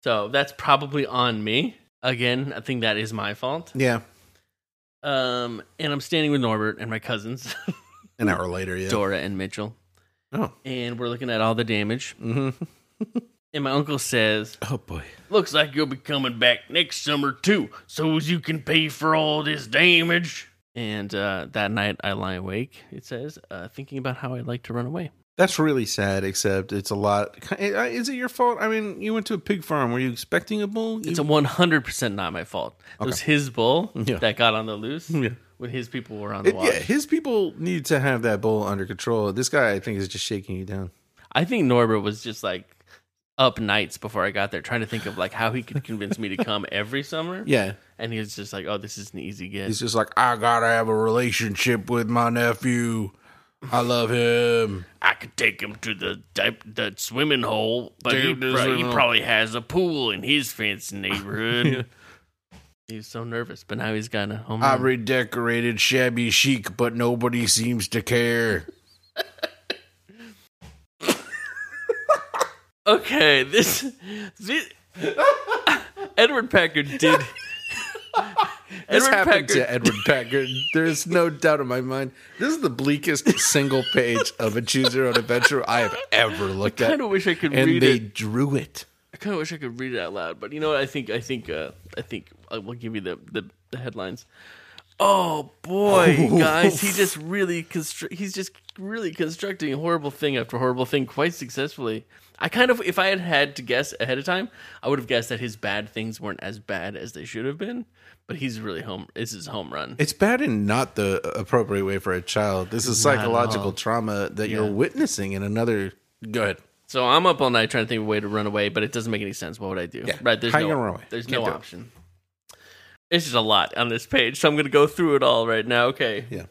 A: so that's probably on me. Again, I think that is my fault.
B: yeah.
A: Um, and I'm standing with Norbert and my cousins,
B: An hour later, yeah.
A: Dora and Mitchell,
B: Oh.
A: and we're looking at all the damage.
B: Mm-hmm.
A: And my uncle says,
B: Oh, boy.
A: "Looks like you'll be coming back next summer too, so as you can pay for all this damage." And uh, that night, I lie awake. It says, uh, thinking about how I'd like to run away.
B: That's really sad, except it's a lot. eh, uh, Is it your fault? I mean, you went to a pig farm. Were you expecting a bull?
A: It's
B: You-
A: a one hundred percent not my fault. It was his bull
B: Yeah.
A: that got on the loose
B: Yeah.
A: when his people were on the
B: It-
A: watch.
B: yeah, his people need to have that bull under control. This guy, I think, is just shaking you down.
A: I think Norbert was just like up nights before I got there, trying to think of like how he could convince me to come every summer.
B: Yeah.
A: and he was just like, "Oh, this is an easy get."
B: He's just like, I gotta have a relationship with my nephew. I love him.
A: I could take him to the di- the swimming hole, but he,
B: Dude, the
A: pro- he
B: swimming hole.
A: probably has a pool in his fancy neighborhood. He was so nervous, but now he's got a home.
B: I
A: run.
B: redecorated shabby chic, but nobody seems to care.
A: Okay, this, this Edward Packard did.
B: This
A: Edward
B: happened
A: Packard,
B: to Edward Packard. There's no doubt in my mind. This is the bleakest single page of a choose your own adventure I have ever looked
A: I
B: at.
A: kind of wish I could
B: And
A: read
B: they
A: it.
B: drew it.
A: I kind of wish I could read it out loud, but you know what? I think I think uh, I think I will give you the the, the headlines. Oh boy, guys, he just really constru- he's just really constructing horrible thing after horrible thing quite successfully. I kind of if I had had to guess ahead of time, I would have guessed that his bad things weren't as bad as they should have been, but he's really home this is home run.
B: It's bad in not the appropriate way for a child. This is
A: Not at all.
B: psychological trauma that you're witnessing in another. Go ahead.
A: So I'm up all night trying to think of a way to run away, but it doesn't make any sense. What would I do?
B: Yeah.
A: Right, there's
B: How
A: no,
B: you gonna run away?
A: There's
B: Can't
A: no
B: do it.
A: option. It's just a lot on this page, so I'm going to go through it all right now. Okay.
B: Yeah.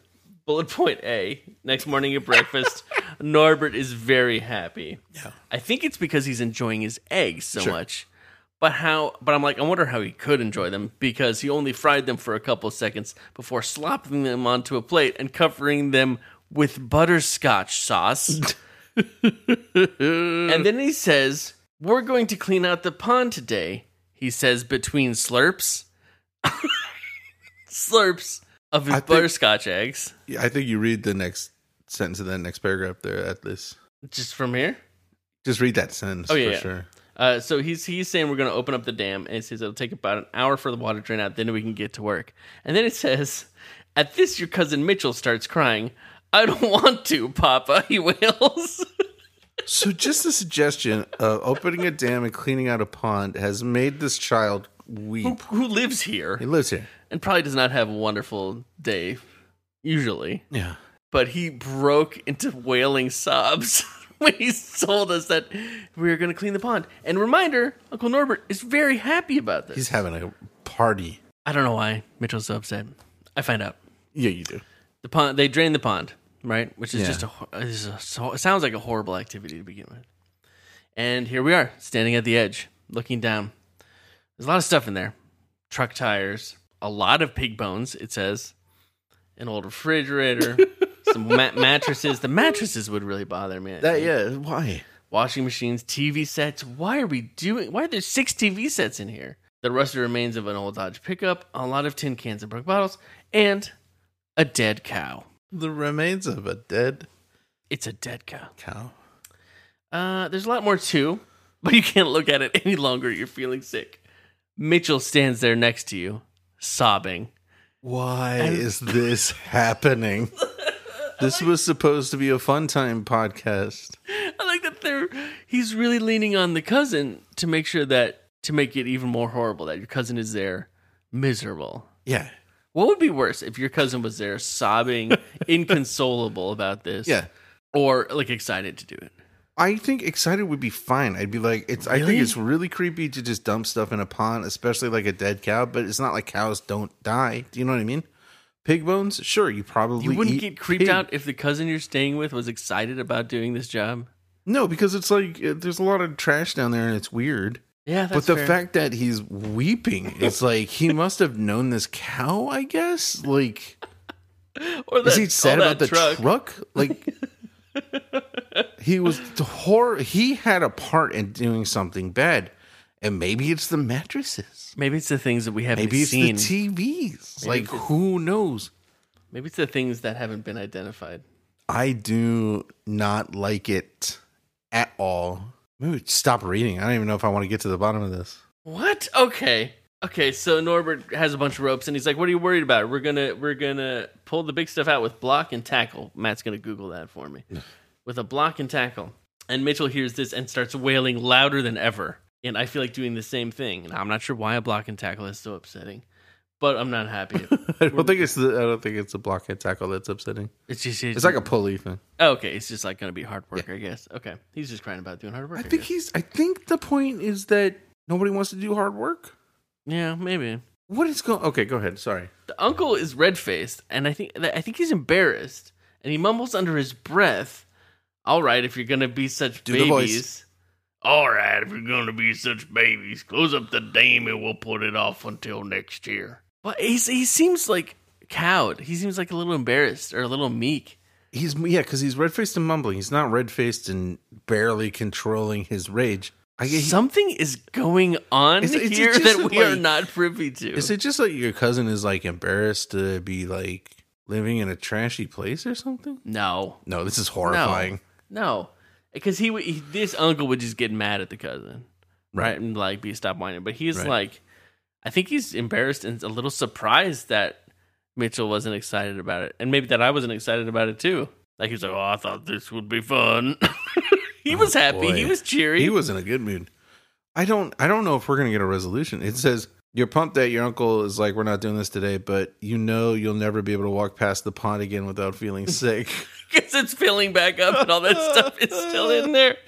A: Bullet point A. Next morning at breakfast, Norbert is very happy.
B: Yeah.
A: I think it's because he's enjoying his eggs so much. But how? But I'm like, I wonder how he could enjoy them because he only fried them for a couple of seconds before slopping them onto a plate and covering them with butterscotch sauce. and then he says, "We're going to clean out the pond today." He says between slurps, slurps of his
B: I think-
A: butterscotch eggs.
B: Yeah, I think you read the next sentence of that next paragraph there at this.
A: Just from here.
B: Just read that sentence
A: Oh, yeah,
B: for
A: yeah.
B: sure.
A: Uh, so he's he's saying we're going to open up the dam, and it says it'll take about an hour for the water to drain out. Then we can get to work. And then it says, "At this, your cousin Mitchell starts crying. I don't want to, Papa." He wails.
B: So just the suggestion of opening a dam and cleaning out a pond has made this child weep.
A: Who lives here
B: He lives here.
A: and probably does not have a wonderful day, usually.
B: Yeah.
A: But he broke into wailing sobs when he told us that we were going to clean the pond. And reminder, Uncle Norbert is very happy about this.
B: He's having a party.
A: I don't know why Mitchell's so upset. I find out.
B: Yeah, you do.
A: the pond they drain the pond right which is
B: Yeah.
A: just a, hor- is a so, it sounds like a horrible activity to begin with and here we are standing at the edge looking down there's a lot of stuff in there truck tires a lot of pig bones it says an old refrigerator some ma- mattresses the mattresses would really bother me I
B: That
A: think.
B: yeah, why?
A: washing machines tv sets why are we doing why are there six tv sets in here the rusty remains of an old dodge pickup a lot of tin cans and broken bottles and a dead cow
B: The remains of a dead
A: it's a dead cow.
B: cow.
A: Uh, there's a lot more too, but you can't look at it any longer. You're feeling sick. Mitchell stands there next to you, sobbing.
B: Why is this happening? This was supposed to be a fun time podcast.
A: I like that they're. He's really leaning on the cousin to make sure that to make it even more horrible that your cousin is there, miserable.
B: Yeah.
A: What would be worse if your cousin was there sobbing, inconsolable about this?
B: Yeah.
A: or like excited to do it.
B: I think excited would be fine. I'd be like, it's. I
A: Really?
B: think it's really creepy to just dump stuff in a pond, especially like a dead cow. But it's not like cows don't die. Do you know what I mean? Pig bones, sure. You probably
A: You wouldn't
B: eat
A: get creeped
B: pig.
A: out if the cousin you're staying with was excited about doing this job.
B: No, because it's like uh, there's a lot of trash down there, and it's weird.
A: Yeah, that's
B: but the
A: fair.
B: fact that he's weeping, it's like he must have known this cow. I guess. Like,
A: or
B: is he
A: that-
B: sad
A: all
B: about
A: that
B: the truck? Like. He was hor- He had a part in doing something bad, and maybe it's the mattresses.
A: Maybe it's the things that we haven't
B: Maybe it's
A: seen.
B: the TVs. like
A: it's the-
B: who knows?
A: Maybe it's the things that haven't been identified.
B: I do not like it at all. Maybe we should stop reading. I don't even know if I want to get to the bottom of this.
A: What? Okay. Okay, so Norbert has a bunch of ropes and he's like, "What are you worried about? We're going to we're going to pull the big stuff out with block and tackle." Matt's going to google that for me. with a block and tackle. And Mitchell hears this and starts wailing louder than ever. And I feel like doing the same thing. And I'm not sure why a block and tackle is so upsetting, but I'm not happy.
B: I don't think it's the I don't think it's the blockhead tackle that's upsetting.
A: it's just
B: It's like a pulley thing.
A: okay. It's just like going to be hard work, I guess. Okay, he's just crying about doing hard work.
B: I think
A: guess.
B: he's I think the point is that nobody wants to do hard work.
A: yeah, maybe.
B: What is going Okay, go ahead. Sorry.
A: The uncle is red faced, and I think I think he's embarrassed, and he mumbles under his breath, "All right, if you're gonna be such
B: Do the voice.
A: babies, all right, if you're gonna be such babies, close up the dam and we'll put it off until next year." But he's, he seems like cowed. He seems like a little embarrassed or a little meek.
B: He's yeah, cuz he's red-faced and mumbling. He's not red-faced and barely controlling his rage. I get he-
A: Something is going on
B: Is it- is it
A: here
B: just
A: that we are
B: like-
A: not privy to.
B: Is it just like your cousin is like embarrassed to be like living in a trashy place or something?
A: no,
B: No, this is horrifying.
A: No, because he, would- he this uncle would just get mad at the cousin, right,
B: Right.
A: and like be stop whining. But he's
B: Right.
A: like, I think he's embarrassed and a little surprised that Mitchell wasn't excited about it, and maybe that I wasn't excited about it too. Like he was like, "Oh, I thought this would be fun." he was happy.
B: Oh, boy.
A: He was cheery.
B: He was in a good mood. I don't I don't know if we're gonna get a resolution. It says you're pumped that your uncle is like, We're not doing this today, but you know you'll never be able to walk past the pond again without feeling sick.
A: because it's filling back up and all that stuff is still in there.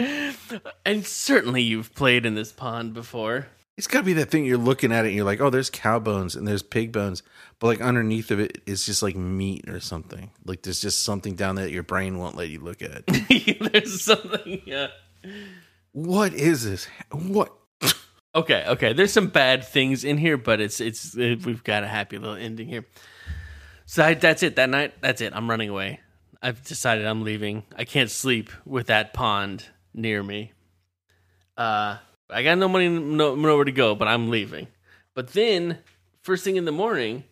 A: And certainly you've played in this pond before.
B: it's gotta be that thing you're looking at it and you're like, Oh, there's cow bones and there's pig bones, but like underneath of it it's just like meat or something. Like there's just something down there that your brain won't let you look at.
A: There's something. uh, Yeah.
B: what is this? What
A: Okay. Okay. There's some bad things in here, but it's it's it, we've got a happy little ending here. So I, that's it. That night. That's it. I'm running away. I've decided I'm leaving. I can't sleep with that pond near me. Uh, I got no money, no, nowhere to go, but I'm leaving. But then, first thing in the morning,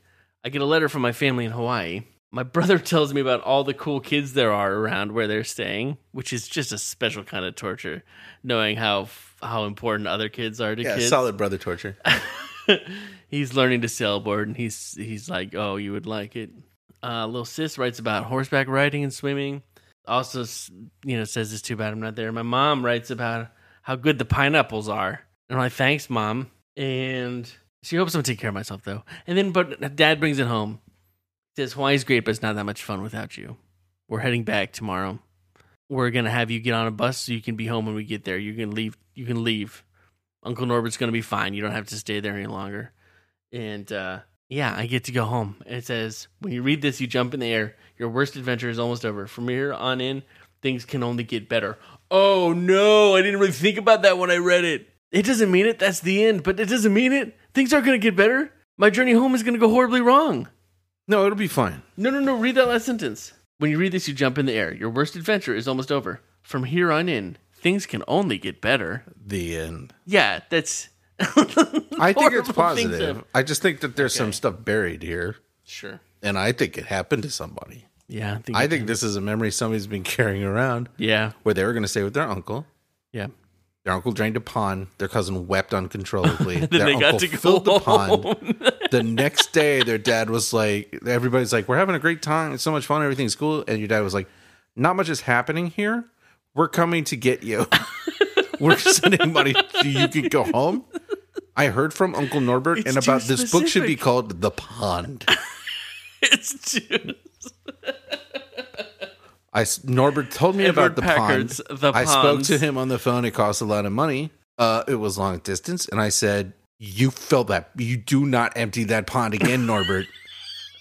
A: I get a letter from my family in Hawaii. My brother tells me about all the cool kids there are around where they're staying, which is just a special kind of torture, knowing how how important other kids are to
B: yeah,
A: kids.
B: solid brother torture.
A: he's learning to sailboard, and he's he's like, "Oh, you would like it." Uh, little sis writes about horseback riding and swimming. Also, s- you know, says it's too bad I'm not there. My mom writes about how good the pineapples are, and I'm like, "Thanks, mom." And she hopes I'm taking care of myself though. And then, but dad brings it home. Says Hawaii's great, but it's not that much fun without you. We're heading back tomorrow. We're gonna have you get on a bus so you can be home when we get there. You can leave. You can leave. Uncle Norbert's gonna be fine. You don't have to stay there any longer. And uh, yeah, I get to go home. And it says, when you read this, you jump in the air. Your worst adventure is almost over. From here on in, things can only get better. Oh no, I didn't really think about that when I read it. It doesn't mean it. That's the end, but it doesn't mean it. Things aren't gonna get better. My journey home is gonna go horribly wrong.
B: No, it'll be fine.
A: No, no, no. Read that last sentence. When you read this, you jump in the air. Your worst adventure is almost over. From here on in, things can only get better.
B: The end.
A: Yeah, that's.
B: I think it's
A: Horrible things
B: positive.
A: have-
B: I just think that there's some stuff buried here,
A: Sure.
B: and I think it happened to somebody.
A: Yeah, I think.
B: I think this is a memory somebody's been carrying around
A: yeah,
B: where they were going to stay with their uncle.
A: yeah.
B: Their uncle drained a pond. Their cousin wept uncontrollably.
A: Then
B: their
A: they
B: uncle
A: got to go
B: filled the pond.
A: home.
B: The next day, their dad was like, everybody's like, we're having a great time. It's so much fun. Everything's cool. And your dad was like, not much is happening here. We're coming to get you. we're sending money so you can go home. I heard from Uncle Norbert
A: It's
B: and
A: too
B: about this book should be
A: specific.
B: called The Pond.
A: it's too.
B: I s- Norbert told me about
A: Edward
B: the
A: Packard's
B: pond.
A: The
B: I spoke
A: Ponds.
B: to him on the phone. It cost a lot of money. Uh, it was long distance, and I said, "You fill that. You do not empty that pond again, Norbert."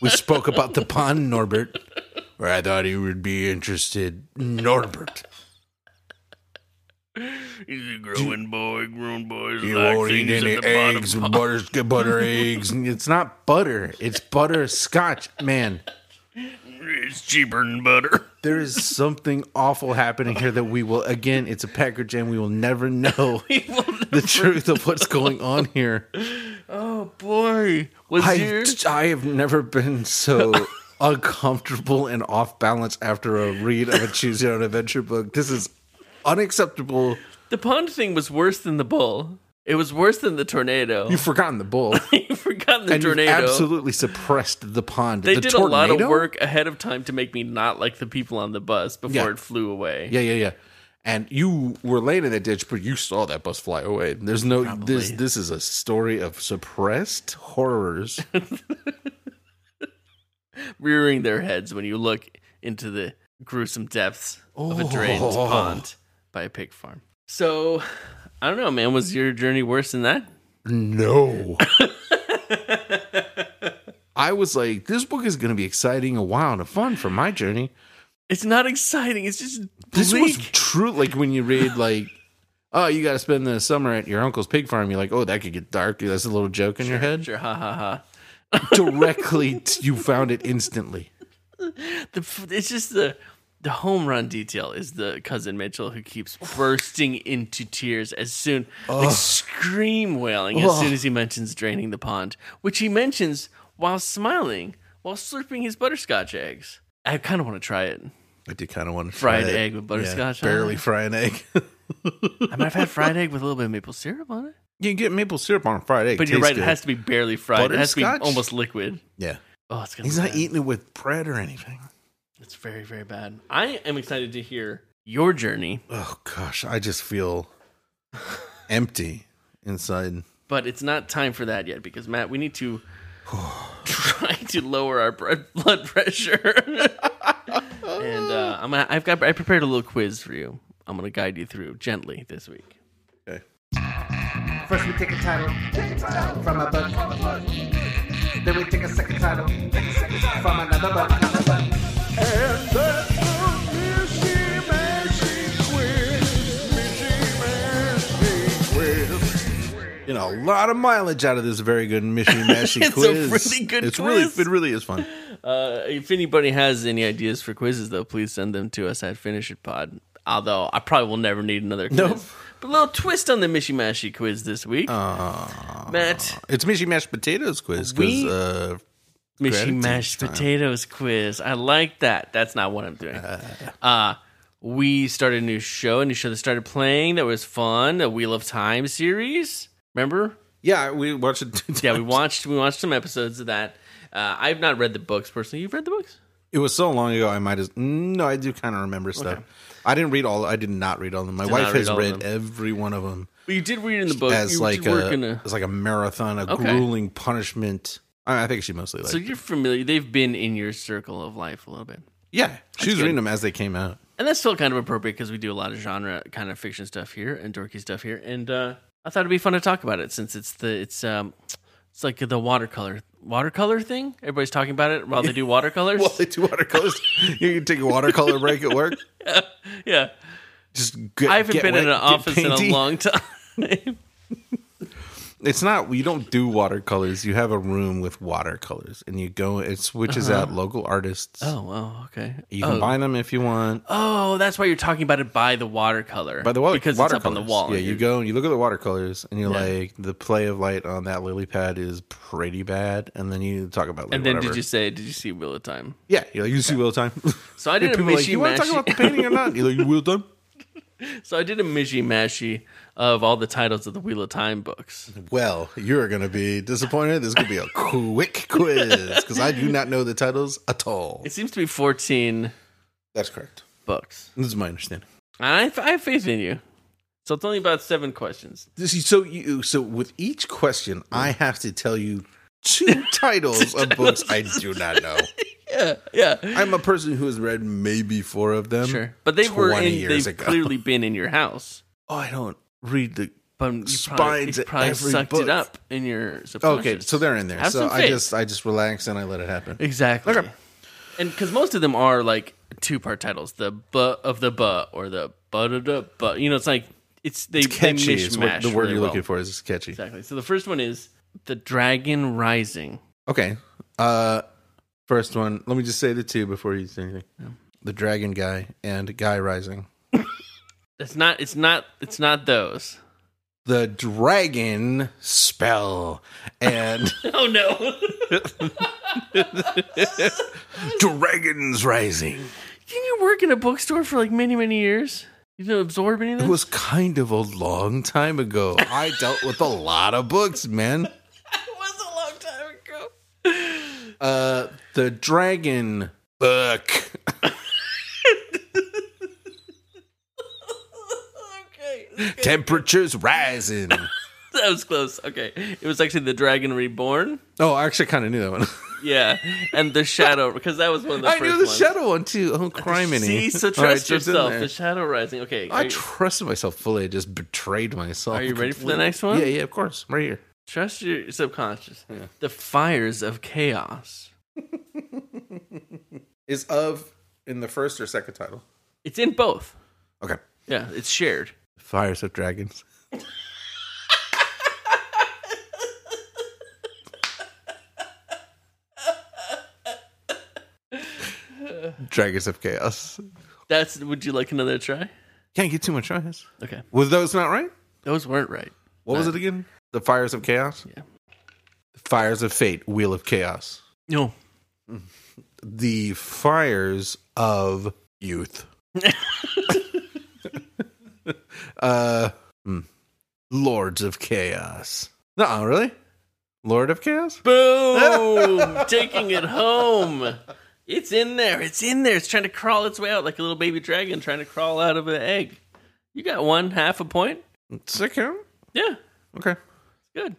B: we spoke about the pond, Norbert. Where I thought he would be interested, Norbert.
A: He's a growing boy. Grown boys
B: You
A: like
B: won't eat
A: things
B: any
A: at the bottom.
B: eggs, butter, butter eggs. And It's not butter. It's butter scotch, man.
A: It's cheaper than butter.
B: There is something awful happening here that we will again. It's a Packer Jam. We will never know the truth of what's going on here.
A: Oh boy, was
B: I,
A: here.
B: I have never been so uncomfortable and off balance after a read of a Choose Your Own Adventure book. This is unacceptable.
A: the pond thing was worse than the bull. It was worse than the tornado.
B: You've forgotten the bull,
A: You forgot the
B: and you've
A: tornado.
B: absolutely suppressed the pond.
A: they
B: the
A: did a lot of work ahead of time to make me not like the people on the bus before
B: Yeah.
A: it flew away.
B: Yeah, yeah, yeah. And you were laying in that ditch, but you saw that bus fly away. There's no this. This is a story of suppressed horrors.
A: Rearing their heads when you look into the gruesome depths of a drained
B: Oh.
A: pond by a pig farm. So, I don't know, man. Was your journey worse than that?
B: No. I was like, this book is going to be exciting and wild and fun for my journey.
A: It's not exciting. It's just
B: This was
A: bleak.
B: true. Like when you read, like, oh, you got to spend the summer at your uncle's pig farm. You're like, oh, that could get dark. That's a little joke in your head.
A: Sure, ha ha ha.
B: Directly, t- you found it instantly.
A: the f- it's just the the home run detail is the cousin Mitchell who keeps
B: Oh.
A: bursting into tears as soon like scream wailing
B: Oh.
A: as soon as he mentions draining the pond, which he mentions while smiling while slurping his butterscotch eggs. I kind of want to try it.
B: I did kind of want to
A: Fried egg with butterscotch on
B: barely
A: it.
B: fry an egg.
A: I might have had fried egg with a little bit of maple syrup on it.
B: you can get maple syrup on a fried egg.
A: But you're
B: Tastes
A: right;
B: good.
A: it has to be barely fried. It has to be
B: Butterscotch?
A: almost liquid.
B: yeah.
A: Oh, it's gonna.
B: He's
A: be
B: not
A: bad.
B: eating it with bread or anything.
A: It's very very bad. I am excited to hear your journey,
B: Oh gosh, I just feel empty inside.
A: but it's not time for that yet because Matt, we need to try to lower our bre- blood pressure. and uh, I'm gonna, I've got I prepared a little quiz for you. I'm gonna guide you through gently this week.
B: Okay.
E: First we take a title from a book. Then we take a second title from another book.
B: You know, a lot of mileage out of this very good Mishy Mashy
A: It's a
B: quiz.
A: really good
B: it's
A: quiz.
B: really it really is fun.
A: Uh, if anybody has any ideas for quizzes, though, please send them to us at Finish It Pod. Although I probably will never need another quiz.
B: Nope.
A: But a little twist on the Mishy Mashy quiz this week. Matt,
B: It's Mishy Mashed Potatoes quiz because
A: We-
B: uh,
A: Mishy
B: gratitude
A: Mashed
B: time.
A: Potatoes quiz. I like that. That's not what I'm doing. Uh, we started a new show, a new show that started playing that was fun, a Wheel of Time series. Remember?
B: yeah, we watched it. two
A: Yeah, we
B: times.
A: watched we watched some episodes of that. Uh, I've not read the books personally. You've read the books?
B: It was so long ago. I might as no. I do kind of remember stuff. I didn't read all. I did not read all of them. My
A: Did not
B: wife
A: read
B: has
A: all of
B: read
A: them.
B: every one of them
A: Well, you did read in the book.
B: as
A: you
B: like
A: did work
B: a,
A: in a-
B: as like a marathon, a
A: Okay.
B: grueling punishment. I, I think she mostly liked.
A: So you're familiar. They've been in your circle of life a little bit,
B: yeah, she was
A: good.
B: reading them as they came out.
A: and that's still kind of appropriate because we do a lot of genre kind of fiction stuff here and dorky stuff here. And uh, I thought it'd be fun to talk about it since it's the it's um it's like the watercolor watercolor thing. Everybody's talking about it while they do watercolors.
B: Well, they do watercolors. you can take a watercolor break at work.
A: yeah,
B: Just get,
A: I haven't
B: get
A: been
B: wet,
A: in an
B: get
A: office in
B: painty.
A: a long time.
B: It's not. You don't do watercolors. You have a room with watercolors, and you go. It switches out local artists.
A: oh well, okay.
B: You can
A: oh.
B: buy them if you want.
A: oh, that's why you're talking about it by the watercolor.
B: by the wall
A: because it's up on the
B: watercolors.
A: wall.
B: Yeah, you go and you look at the watercolors, and you're
A: Yeah.
B: like, the play of light on that lily pad is pretty bad. And then you talk about like,
A: And then
B: whatever.
A: did you say? Did you see Wheel of Time?
B: yeah, you're like, you see wheel time.
A: So I
B: And
A: did a
B: people are like,
A: mishy
B: you want to talk about the painting or not? You're like, wheel time.
A: So I did a mishy mashy of all the titles of the Wheel of Time books.
B: Well, you're gonna be disappointed. This is gonna be a quick quiz because I do not know the titles at all.
A: It seems to be 14
B: That's correct.
A: books.
B: This is my understanding.
A: And I, I have faith in you. So it's only about seven questions.
B: This is- so you so with each question,
A: Mm.
B: I have to tell you two titles of books I do not know.
A: Yeah, yeah.
B: I'm a person who has read maybe four of them.
A: Sure. But they were
B: 20
A: in,
B: years
A: they've
B: ago.
A: clearly been in your house.
B: Oh, I don't read the.
A: But you probably,
B: Spines
A: you
B: at
A: probably
B: every
A: sucked
B: book.
A: it up in your subconscious.
B: Okay, so they're in there.
A: Have
B: so
A: some
B: I
A: faith.
B: just I just relax and I let it happen.
A: Exactly.
B: Okay.
A: And because most of them are like two part titles, the bu of the bu or the bu da da bu. You know, it's like it's they,
B: It's catchy.
A: they
B: It's what
A: mishmash.
B: the word
A: really
B: you're
A: well.
B: looking for is catchy.
A: Exactly. So the first one is the Dragon Rising.
B: Okay. Uh, first one. Let me just say the two before you say anything. The dragon guy and guy rising.
A: It's not. It's not. It's not those.
B: The dragon spell and
A: Oh no!
B: dragons rising.
A: Can you work in a bookstore for like many, many years? You didn't absorb any of
B: It
A: this.
B: was kind of a long time ago. I dealt with a lot of books, man.
A: a long time ago.
B: Uh, the dragon book.
A: okay,
B: Temperatures rising.
A: that was close. Okay, it was actually the Dragon Reborn.
B: oh, I actually kind of knew that one.
A: Yeah, and the Shadow because that was one of the
B: I
A: first
B: knew the
A: ones.
B: shadow one too. Oh, criminy!
A: See, so
B: All right,
A: trust
B: jumped in
A: yourself.
B: there.
A: The Shadow Rising. Okay,
B: I
A: are you-
B: trusted myself fully. I just betrayed myself.
A: Are you ready for the
B: completely.
A: next one?
B: Yeah, yeah, of course. I'm right here.
A: trust your subconscious. The Fires of Chaos.
B: Is of in the first or second title?
A: It's in both.
B: Okay.
A: Yeah, it's shared.
B: Fires of Dragons. Dragons of Chaos.
A: That's. Would you like another try?
B: Can't get too much rise.
A: Okay,
B: Was those not right?
A: those weren't right.
B: What was it again? The Fires of Chaos?
A: Yeah.
B: Fires of Fate, Wheel of Chaos.
A: No,
B: The Fires of Youth. uh, hmm. Lords of Chaos. No, really?
C: Lord of Chaos?
A: Boom! Taking it home. It's in there. It's in there. It's trying to crawl its way out like a little baby dragon trying to crawl out of an egg. You got one half a point.
C: Sick him?
A: Yeah,
C: Okay.
A: good.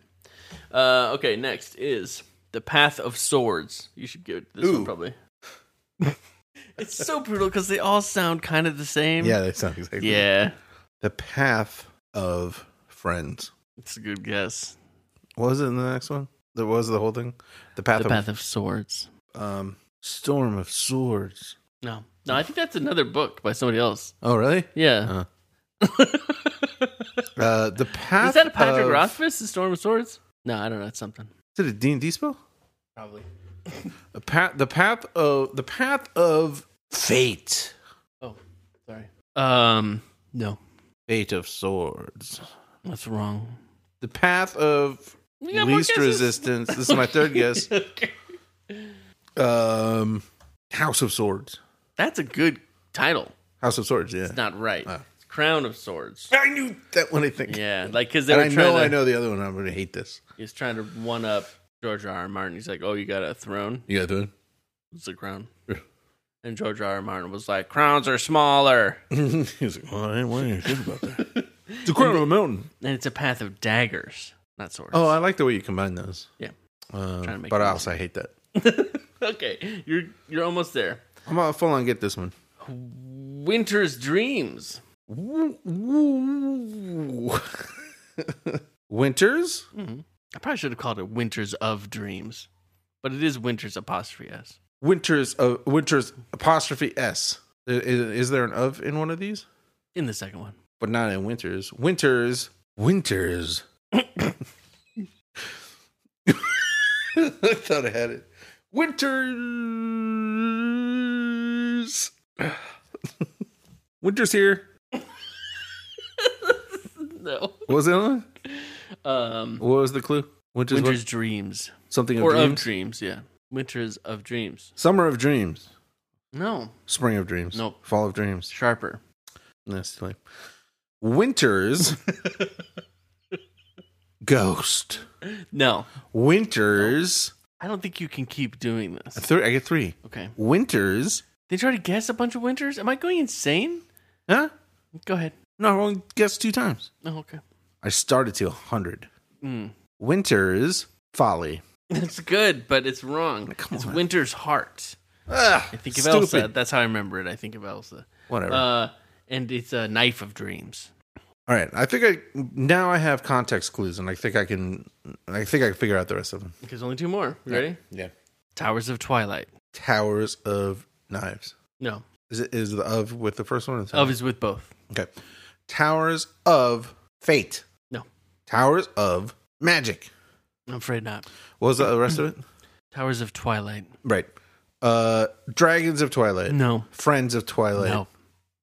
A: Uh, okay, next is the Path of Swords. You should give it this one
B: Ooh.
A: probably. it's so brutal because they all sound kind of the same.
B: Yeah, they sound exactly.
A: yeah.
B: The path of friends.
A: It's a good guess.
C: What was it in the next one? That was the whole thing? The path
A: The
C: of
A: Path of Swords.
B: Um, storm of swords.
A: No, no, I think that's another book by somebody else.
B: Oh, really?
A: Yeah.
B: Uh, the path.
A: Is that a Patrick
B: of-
A: Rothfuss, The Storm of Swords? No, I don't know. It's something.
C: Is it a D and D spell? Probably. the path. The path of the path of fate.
A: Oh, sorry. Um, no,
C: Fate of swords.
A: that's wrong.
C: The path of
A: We got more
C: least
A: guesses.
C: resistance. This is my third guess.
B: Um, House of Swords.
A: That's a good title.
B: House of Swords. Yeah,
A: It's not right.
B: Ah.
A: It's Crown of Swords.
B: I knew that one. I think.
A: Yeah, like because they
B: and
A: were
B: I
A: trying
B: know,
A: to.
B: I know the other one. I'm going to hate this.
A: He's trying to one up George R. R. Martin. He's like, "Oh, you got a throne?
B: You got the one.
A: It's a crown."
B: Yeah.
A: And George R. R. Martin was like, "Crowns are smaller."
B: He's like, well, I ain't worried about that. it's a crown of a mountain.
A: And it's a path of daggers, not swords.
B: Oh, I like the way you combine those.
A: Yeah. Trying to
B: Um,
A: make
B: but I
A: it
B: also hate that.
A: okay. You're you're almost there.
C: I'm gonna full on get this one.
A: Winter's Dreams.
C: Winters.
A: Mm-hmm. I probably should have called it Winters of Dreams, but it is Winters apostrophe s.
C: Winters. Uh, winters apostrophe s. I- i- Is, there an of in one of these?
A: In the second one,
C: But not in winters. Winters.
B: Winters. I thought I had it. Winters.
C: Winters here.
A: no.
C: What was the other one?
A: Um,
C: What was the clue? Winters.
A: Winter's
C: what?
A: Dreams
C: Something of
A: or
C: dreams.
A: of Dreams, yeah. Winters of Dreams.
C: Summer of dreams.
A: No,
C: Spring of dreams.
A: Nope.
C: Fall of dreams.
A: sharper.
C: That's too lame. Winters. Ghost.
A: No,
C: Winters.
A: I don't think you can keep doing this.
C: Three. I get three.
A: Okay.
C: Winters.
A: They try to guess a bunch of winters. Am I going insane?
C: Huh?
A: Go ahead.
C: No, I only guessed two times.
A: Oh, okay.
C: I started to 100.
A: Mm.
C: Winters. Folly.
A: It's good, but it's wrong.
C: Come
A: it's
C: on.
A: Winter's Heart. I think of Elsa.
C: Stupid.
A: That's how I remember it. I think of Elsa.
C: Whatever.
A: Uh, and it's a knife of dreams.
C: All right. I think I now I have context clues, and I think I can. I think I can figure out the rest of them.
A: There's only two more. You ready?
B: Yeah.
A: Towers of Twilight.
B: Towers of knives.
A: No,
B: Is it is the of with the first one? or the
A: of
B: second?
A: is with both.
B: okay. Towers of fate.
A: No.
B: Towers of magic.
A: I'm afraid not.
B: What was the rest of it?
A: Towers of Twilight.
B: Right. Uh, dragons of twilight.
A: No,
B: Friends of twilight.
A: no.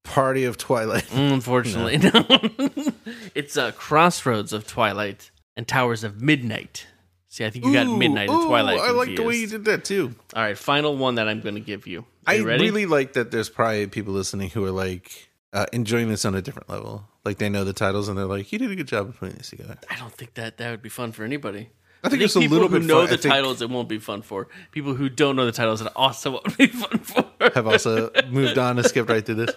B: Party of twilight.
A: Mm, Unfortunately, no. it's uh, Crossroads of Twilight and Towers of Midnight. See, I think you got
B: Ooh,
A: Midnight and
B: ooh,
A: Twilight.
B: I like the way you did
A: confused.
B: that too.
A: All right, final one that I'm going to give you.
B: I
A: Are you ready?
B: really like that. There's probably people listening who are like uh, enjoying this on a different level. Like they know the titles and they're like, "You did a good job of putting this together."
A: I don't think that that would be fun for anybody.
B: I think, it's a
A: people
B: little
A: who
B: bit.
A: know
B: fun. I
A: the
B: think
A: titles it won't be fun for. People who don't know the titles it also won't be fun for.
B: have also moved on and skipped right through this.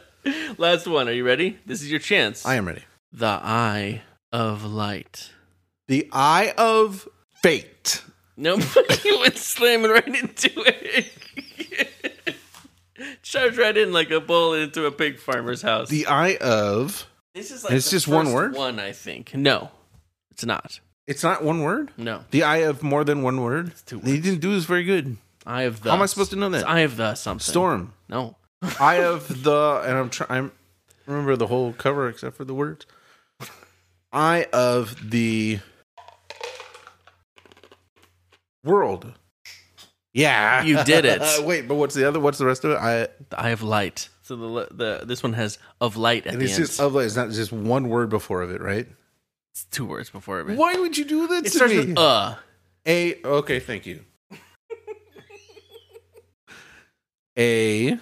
A: Last one. Are you ready? This is your chance.
B: I am ready.
A: the Eye of Light.
B: The Eye of Fate.
A: Nope. you went slamming right into it. Charged right in like a bull into a pig farmer's house.
B: The Eye of.
A: this is like
B: it's
A: the
B: just one
A: first
B: word?
A: One, I think. No, it's not.
B: It's not one word.
A: No,
B: The Eye of more than one word.
A: two
B: They didn't do this very good.
A: Eye of the.
B: How am I supposed to know
A: It's
B: that?
A: Eye of the something.
B: Storm.
A: No.
B: Eye of the. And I'm trying. I remember the whole cover except for the words. Eye of the world. Yeah.
A: You did it.
B: Uh, wait, but what's the other? What's the rest of it? I.
A: The Eye of Light. So the le- the this one has of light at
B: And
A: the
B: it's
A: end.
B: just of. It's not just one word before of it, right?
A: It's two words before it.
B: Why would you do that
A: It
B: to
A: starts
B: me?
A: with uh.
B: A okay, thank you. A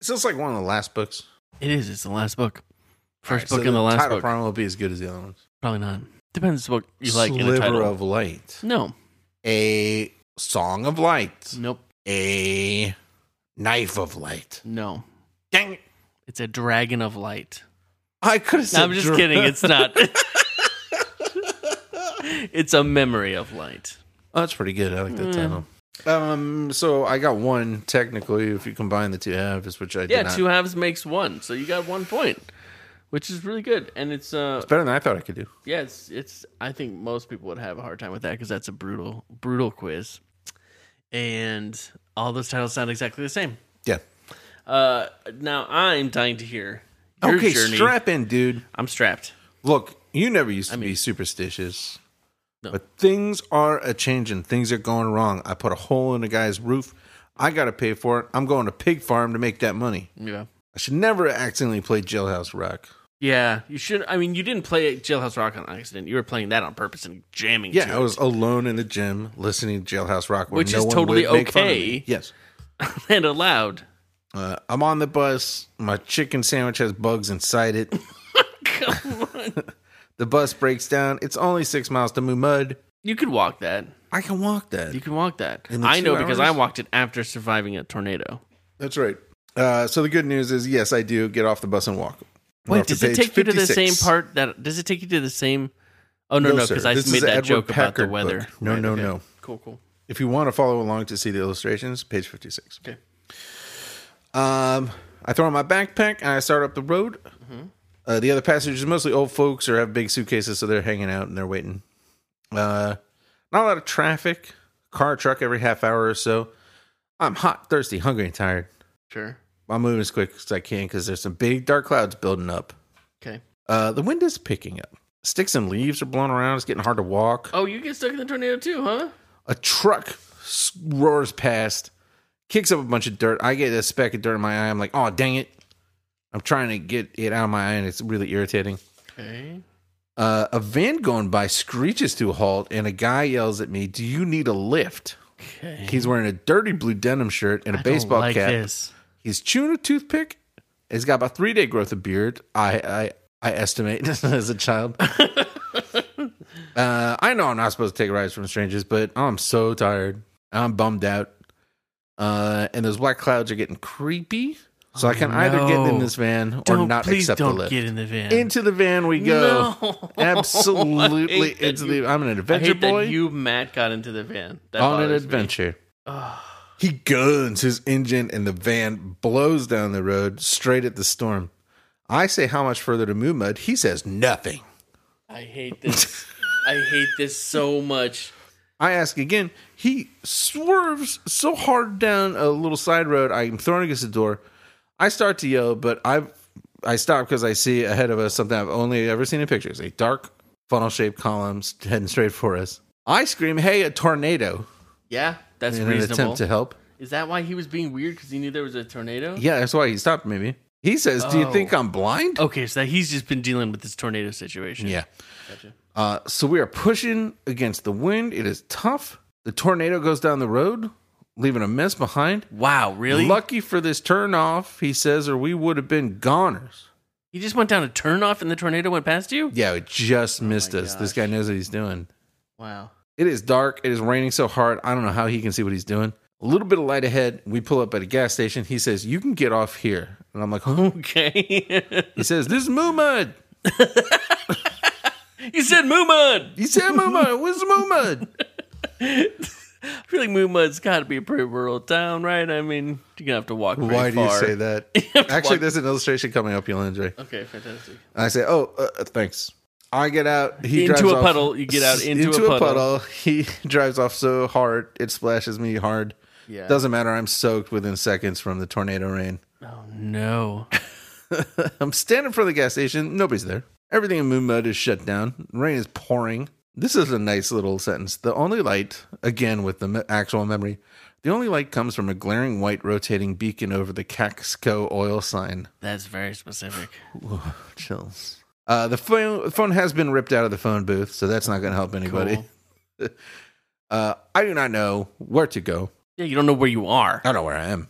B: So it's like one of the last books.
A: It is. It's the last book. First
B: So
A: book in the last
B: title
A: book.
B: probably won't be as good as the other ones.
A: Probably not. Depends what you like in a
B: sliver
A: title.
B: of light.
A: no,
B: A song of light.
A: nope,
B: A knife of light.
A: no.
B: Dang it.
A: It's a dragon of light.
B: I could have
A: No,
B: said
A: I'm just
B: dra-
A: kidding. It's not. it's a memory of light.
B: Oh, that's pretty good. I like
A: Hmm.
B: that title. Um, so I got one technically if you combine the two halves, which I did
A: Yeah,
B: not.
A: two halves makes one, so you got one point, which is really good. And it's uh,
B: Better than I thought I could do.
A: yeah, it's it's. I think most people would have a hard time with that because that's a brutal brutal quiz, and all those titles sound exactly the same.
B: Yeah.
A: Uh, now I'm dying to hear your
B: Okay,
A: journey.
B: strap in, dude.
A: I'm strapped.
B: Look, you never used to be superstitious.
A: No.
B: But things are a changing. Things are going wrong. I put a hole in a guy's roof. I got to pay for it. I'm going to pig farm to make that money.
A: Yeah.
B: I should never accidentally play Jailhouse Rock.
A: Yeah, you should. I mean, you didn't play Jailhouse Rock on accident. You were playing that on purpose and jamming.
B: Yeah,
A: to
B: I
A: it.
B: was alone in the gym listening to Jailhouse Rock, where
A: Which
B: no
A: is
B: one
A: totally
B: would make fun of
A: okay.
B: me. Yes,
A: and allowed.
B: uh, I'm on the bus. My chicken sandwich has bugs inside it.
A: Come on.
B: The bus breaks down. It's only six miles to Mud.
A: You could walk that.
B: I can walk that.
A: You can walk that.
B: In the
A: I
B: two
A: know because I
B: hours?
A: walked it after surviving a tornado.
B: That's right. Uh, so the good news is, yes, I do get off the bus and walk. We're
A: Wait,
B: off to
A: does it
B: page
A: take you to the
B: 56.
A: same part that does it take you to the same Oh no, no,
B: sir.
A: because I
B: This is
A: made
B: an
A: that
B: Edward
A: joke about the
B: Packard
A: weather.
B: book. No,
A: Right,
B: no,
A: okay.
B: no.
A: Cool, cool.
B: If you want to follow along to see the illustrations, page 56.
A: Okay.
B: Um, I throw on my backpack and I start up the road. Uh, the other passengers are mostly old folks or have big suitcases, so they're hanging out and they're waiting. Uh, not a lot of traffic. Car, truck every half hour or so. I'm hot, thirsty, hungry, and tired.
A: Sure.
B: I'm moving as quick as I can because there's some big dark clouds building up.
A: Okay.
B: Uh, the wind is picking up. Sticks and leaves are blown around. It's getting hard to walk.
A: Oh, you get stuck in the tornado too, huh?
B: A truck s- roars past, kicks up a bunch of dirt. I get a speck of dirt in my eye. I'm like, oh, dang it. I'm trying to get it out of my eye, and it's really irritating.
A: Okay.
B: Uh, a van going by screeches to a halt, and a guy yells at me, Do you need a lift?
A: Okay.
B: He's wearing a dirty blue denim shirt and a
A: I don't
B: baseball
A: like
B: cap.
A: this.
B: He's chewing a toothpick. He's got about three day growth of beard. I I, I estimate as a child. uh, I know I'm not supposed to take rides from strangers, but I'm so tired. I'm bummed out. Uh, and those black clouds are getting creepy. So I can either get in
A: Oh, no.
B: this van or
A: Don't
B: not
A: please
B: accept
A: don't
B: the lift.
A: get in the van.
B: into the van we go.
A: No. Oh, I
B: Absolutely
A: hate that
B: into
A: you-
B: the. I'm an
A: I
B: adventure
A: hate
B: boy
A: that you Matt got into the van. That
B: on an
A: bothers me.
B: adventure. He guns his engine and the van blows down the road straight at the storm. I say how much further to Moomud. He says nothing.
A: I hate this. I hate this so much.
B: I ask again. He swerves so hard down a little side road. I'm thrown against the door. I start to yell, but I I stop because I see ahead of us something I've only ever seen in pictures: a dark funnel shaped column heading straight for us. I scream, "Hey, a tornado!"
A: Yeah, that's
B: in an
A: reasonable.
B: attempt to help.
A: Is that why he was being weird because he knew there was a tornado?
B: Yeah, that's why he stopped. Maybe he says, "Do you
A: Oh.
B: think I'm blind?"
A: Okay, so that he's just been dealing with this tornado situation.
B: Yeah. Uh, so we are pushing against the wind. It is tough. The tornado goes down the road, leaving a mess behind.
A: Wow, really?
B: Lucky for this turn off, he says, or we would have been goners.
A: He just went down a turnoff and the tornado went past you?
B: Yeah, it just missed us. This guy knows what he's doing.
A: Wow.
B: It is dark. It is raining so hard. I don't know how he can see what he's doing. A little bit of light ahead. We pull up at a gas station. He says, You can get off here. And I'm like, huh?
A: Okay.
B: He says, This is Moomud.
A: you said Moomud!
B: He said, Moomud. Where's Moomud?
A: I feel like Moomud's got to be a pretty rural town, right? I mean, you're going to have to walk very
B: Why do you
A: far.
B: say that? Actually, there's an illustration coming up you'll enjoy.
A: Okay, fantastic.
B: I say, "Oh, uh, thanks." I get out. He
A: Into
B: drives
A: a
B: off-
A: puddle. You get out into a puddle.
B: He drives off so hard it splashes me hard.
A: Yeah.
B: Doesn't matter. I'm soaked within seconds from the tornado rain.
A: Oh, no.
B: I'm standing for the gas station. Nobody's there. Everything in Moon Mud is shut down. Rain is pouring. This is a nice little sentence. The only light, again with the me- actual memory, the only light comes from a glaring white rotating beacon over the Caxco oil sign.
A: That's very specific.
B: Chills. Uh, the phone, phone has been ripped out of the phone booth, so that's not going to help anybody.
A: Cool.
B: Uh, I do not know where to go.
A: Yeah, you don't know where you are.
B: I don't know where I am.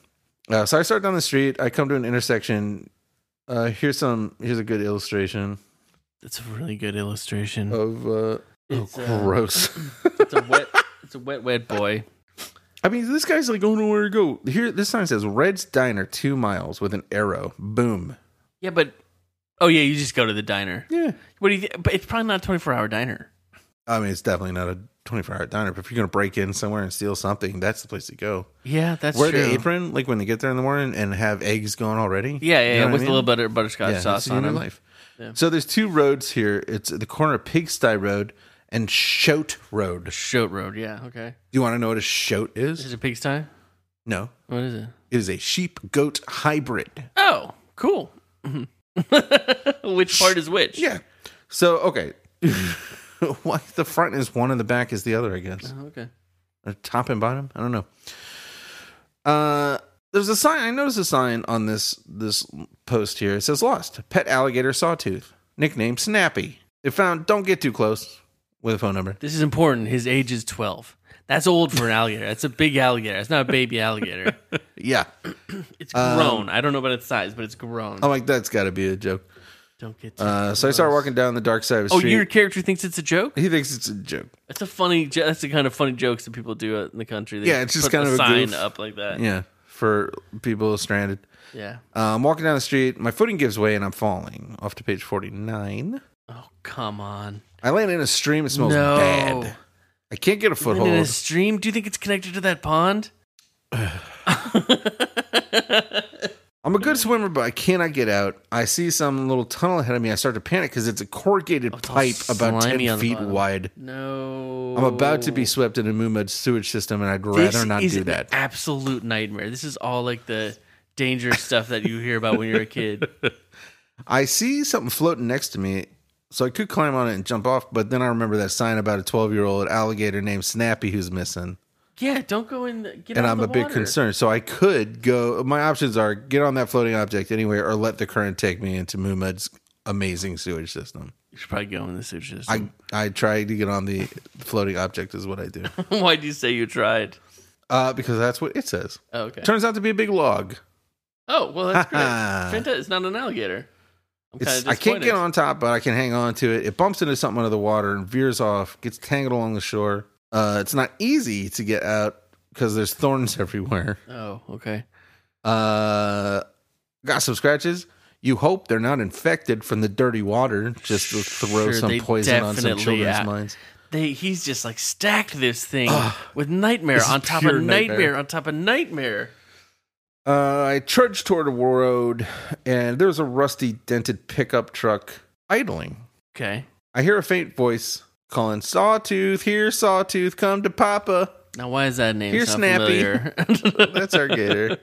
B: Uh, so I start down the street. I come to an intersection. Uh, here's some. Here's a good illustration.
A: That's a really good illustration.
B: of uh,
A: It's, uh,
B: gross.
A: it's a wet. It's a wet, wet boy.
B: I mean, this guy's like, oh, nowhere to go. Here, this sign says Red's Diner, two miles with an arrow. Boom.
A: Yeah, but oh yeah, you just go to the diner.
B: Yeah.
A: What do you? Th- but it's probably not a twenty four hour diner.
B: I mean, it's definitely not a 24 hour diner, but if you're going to break in somewhere and steal something, that's the place to go.
A: Yeah, that's
B: Wear
A: true.
B: the apron, like when they get there in the morning and have eggs going already.
A: Yeah, yeah,
B: You know
A: yeah,
B: what I
A: with
B: mean?
A: a little butter butterscotch
B: Yeah,
A: sauce
B: that's
A: on
B: your
A: it.
B: life. So there's two roads here. It's the corner of Pigsty Road and Shote Road.
A: Shoat road. Yeah. Okay.
B: Do you want to know what a shote
A: Is
B: is?
A: it a pigsty?
B: No.
A: What is it?
B: It is a sheep goat hybrid.
A: Oh, cool. Mhm. which part is which?
B: Yeah. So okay, why the front is one and the back is the other? I guess
A: Oh, Okay.
B: or top and bottom. I don't know. Uh, there's a sign. I noticed a sign on this this post here. It says "Lost Pet Alligator Sawtooth, nicknamed Snappy." It found. Don't get too close with a phone number.
A: This is important. His age is twelve. That's old for an alligator. That's a big alligator. It's not a baby alligator.
B: Yeah,
A: It's grown. I don't know about its size, but it's grown.
B: I'm like that's got to be a joke.
A: Don't get. Too
B: Oh, Uh, so I started walking down the dark side of the
A: oh,
B: street.
A: your character thinks it's a joke.
B: he thinks it's a joke.
A: That's a funny. jo- That's the kind of funny jokes that people do out in the country. They
B: Yeah, it's just
A: put
B: kind
A: a
B: of a
A: sign
B: goof.
A: up like that.
B: Yeah, for people stranded.
A: yeah.
B: Uh, I'm walking down the street. My footing gives way and I'm falling. Off to page 49.
A: Oh come on.
B: I land in a stream. It smells
A: No.
B: bad. I can't get a
A: And in a
B: foothold.
A: stream? Do you think it's connected to that pond?
B: I'm a good swimmer, but I cannot get out. I see some little tunnel ahead of me. I start to panic because it's a corrugated
A: Oh, it's all
B: pipe about 10
A: slimy on the
B: feet
A: bottom.
B: wide.
A: No.
B: I'm about to be swept into Mumud's sewage system, and I'd
A: This
B: rather not
A: is
B: do
A: an
B: that.
A: absolute nightmare. This is all like the dangerous stuff that you hear about when you're a kid.
B: I see something floating next to me, so I could climb on it and jump off, but then I remember that sign about a 12 year old alligator named Snappy who's missing.
A: Yeah, don't go in. The, get
B: and
A: out
B: I'm a
A: of the
B: bit
A: water.
B: concerned. So I could go. My options are get on that floating object anywhere, or let the current take me into Mumud's amazing sewage system.
A: You should probably go in the sewage system.
B: I I tried to get on the floating object, is what I do,
A: Why do you say you tried?
B: uh, because that's what it says.
A: Oh, okay.
B: Turns out to be a big log.
A: oh well, that's great. Fanta is not an alligator. I'm kind
B: It's,
A: of
B: I can't get on top, but I can hang on to it. It bumps into something under the water and veers off, gets tangled along the shore. Uh, it's not easy to get out because there's thorns everywhere.
A: Oh, okay.
B: Uh, got some scratches. You hope they're not infected from the dirty water, just to throw
A: Sure,
B: some
A: they
B: poison on some
A: definitely
B: children's
A: are.
B: minds.
A: They he's just like stacked this thing with nightmare
B: is
A: on top of
B: pure
A: nightmare.
B: nightmare.
A: on top of nightmare.
B: Uh, I trudged toward a road, and there was a rusty, dented pickup truck idling.
A: Okay.
B: I hear a faint voice calling, "Sawtooth, here, Sawtooth, come to Papa."
A: Now why is that name
B: Here's
A: sound
B: Snappy.
A: familiar?
B: That's our gator.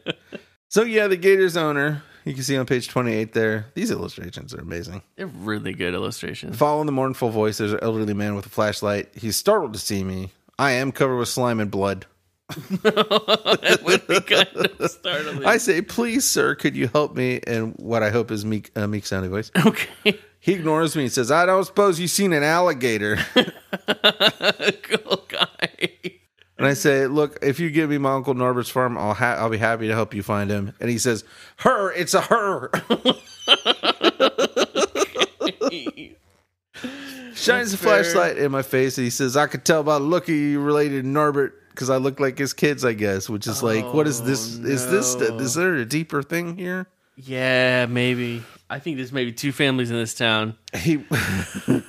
B: so yeah, the gator's owner. You can see on page twenty-eight there. These illustrations are amazing.
A: They're really good illustrations.
B: Following the mournful voice, there's an elderly man with a flashlight. He's startled to see me. I am covered with slime and blood.
A: that would be kind of startling.
B: I say, please, sir, could you help me? And what I hope is meek, uh, meek sounding voice.
A: okay.
B: He ignores me and says, I don't suppose you've seen an alligator.
A: cool guy.
B: and I say, look, if you give me my Uncle Norbert's farm, I'll, ha- I'll be happy to help you find him. And he says, her, it's a her. Shines a
A: fair.
B: flashlight in my face and he says, I could tell by the look of you related to Norbert because I look like his kids, I guess, which is like, what is this? Is this, is there a deeper thing here?
A: Yeah, maybe. I think there's maybe two families in this town.
B: he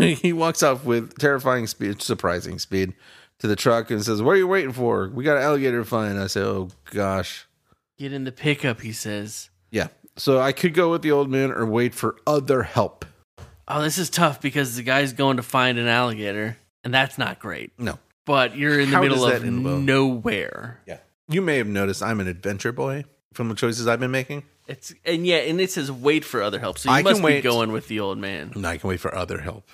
B: he walks off with terrifying speed, surprising speed, to the truck and says, "What are you waiting for? We got an alligator to find." I say, "Oh gosh,
A: Get in the pickup, he says.
B: yeah." So I could go with the old man or wait for other help.
A: Oh, this is tough because the guy's going to find an alligator, and that's not great.
B: No,
A: But you're in the
B: How
A: middle
B: does that
A: of
B: end well?
A: nowhere.
B: yeah. You may have noticed I'm an adventure boy from the choices I've been making.
A: It's and yeah, and it says wait for other help. So you
B: I
A: must
B: can
A: be
B: wait.
A: going with the old man.
B: No, I can wait for other help.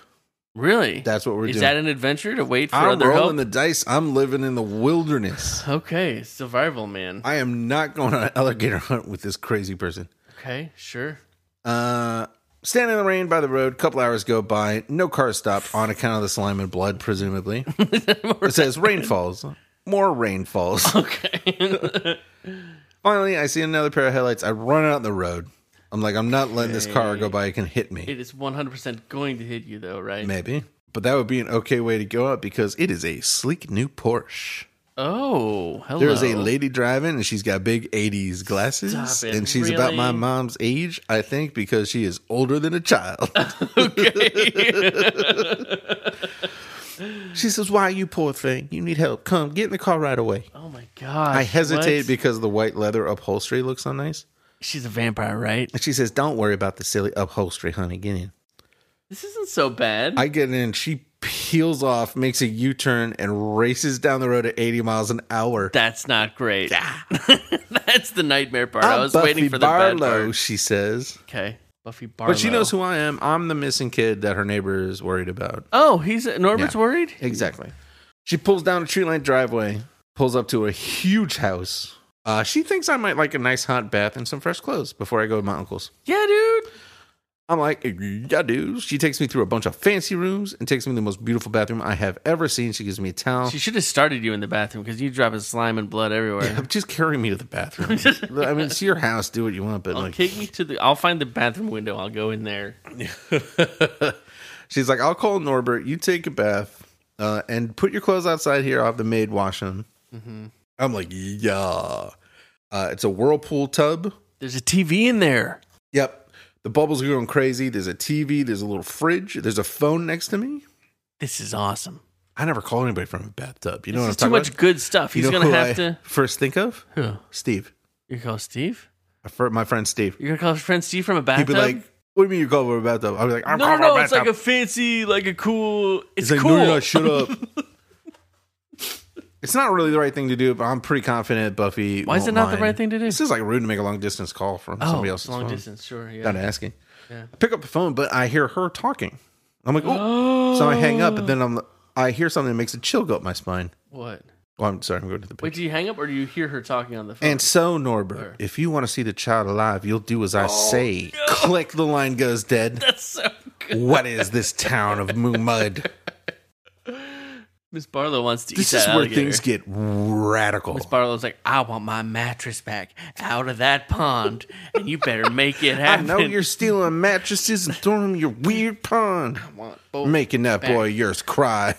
A: Really?
B: That's what we're
A: is
B: doing.
A: that an adventure to wait for
B: I'm
A: other help?
B: rolling the dice. I'm living in the wilderness.
A: okay, survival man.
B: I am not going on an alligator hunt with this crazy person.
A: Okay, sure.
B: Uh, standing in the rain by the road. Couple hours go by. No cars stop on account of the slime and blood, presumably. it says rain falls. More rain falls.
A: Okay.
B: Finally, I see another pair of headlights. I run out the road. I'm like, I'm not letting this car go by. It can hit me.
A: It is 100% going to hit you, though, right?
B: Maybe. But that would be an okay way to go up because it is a sleek new Porsche.
A: Oh, hello.
B: There is a lady driving and she's got big 80s glasses.
A: Stop it,
B: And she's about my
A: really?
B: mom's age, I think, because she is older than a child. she says, Why, you poor thing? You need help. Come, get in the car right away.
A: Oh my god.
B: I hesitate because the white leather upholstery looks so nice.
A: she's a vampire, right?
B: And she says, Don't worry about the silly upholstery, honey. Get in.
A: This isn't so bad.
B: I get in, she peels off, makes a U turn, and races down the road at 80 miles an hour.
A: That's not great. That's the nightmare part. i
B: I'm
A: was
B: Buffy
A: waiting for the
B: Barlow,
A: bad part.
B: she says.
A: Okay. Buffy Barlow.
B: But she knows who I am. I'm the missing kid that her neighbor is worried about.
A: Oh, he's Norbert's
B: Yeah.
A: worried?
B: Exactly. She pulls down a tree lined driveway, pulls up to a huge house. Uh, she thinks I might like a nice hot bath and some fresh clothes before I go to my uncle's.
A: Yeah, dude.
B: I'm like, yeah, dude. She takes me through a bunch of fancy rooms and takes me to the most beautiful bathroom I have ever seen. She gives me a towel.
A: She should have started you in the bathroom because you dropping slime and blood everywhere.
B: Yeah, just carry me to the bathroom. I mean, it's your house. Do what you want. But like,
A: Take me to the. I'll find the bathroom window. I'll go in there.
B: she's like, I'll call Norbert. You take a bath uh, and put your clothes outside here. I'll have the maid wash them.
A: Mm-hmm.
B: I'm like, yeah. Uh, it's a whirlpool tub.
A: There's a TV in there.
B: Yep. The bubbles are going crazy. There's a TV. There's a little fridge. There's a phone next to me.
A: This is awesome.
B: I never call anybody from a bathtub. You know
A: There's
B: what
A: too
B: I'm talking
A: much
B: about?
A: good stuff.
B: You
A: He's
B: know
A: gonna
B: who
A: have
B: I
A: to.
B: first think of
A: Who?
B: Steve.
A: You call Steve?
B: My fr- My friend Steve.
A: You're gonna call his friend Steve from a
B: He'd
A: bathtub?
B: be like, "What do you mean you call from a bathtub?" I'd be like, "I'm
A: no, no,
B: calling
A: no.
B: from a
A: It's like
B: bathtub."
A: a fancy, like a cool. It's
B: He's like,
A: cool.
B: no, no, no, shut up. it's not really the right thing to do, but I'm pretty confident Buffy.
A: Why is it
B: won't
A: not the
B: mind.
A: right thing to do?
B: This is like rude to make a long distance call from
A: oh,
B: somebody else's
A: long
B: phone.
A: distance. Sure. Yeah.
B: Not asking. I pick up the phone, but I hear her talking. I'm like, oh.
A: Oh.
B: so I hang up, and then I'm I hear something that makes a chill go up my spine.
A: What?
B: Well, I'm sorry, I'm going to the
A: Wait,
B: picture.
A: do you hang up or do you hear her talking on the phone?
B: And so, Norbert, if you want to see the child alive, you'll do as I say. Click, the line goes dead.
A: That's so good.
B: What is this town of moo mud?
A: Miss Barlow wants to
B: This
A: eat
B: is
A: that
B: where
A: alligator.
B: things get radical.
A: Miss Barlow's like, I want my mattress back out of that pond, and you better make it
B: I
A: happen.
B: know you're stealing mattresses and throwing them in your weird pond. Making that boy yours cry.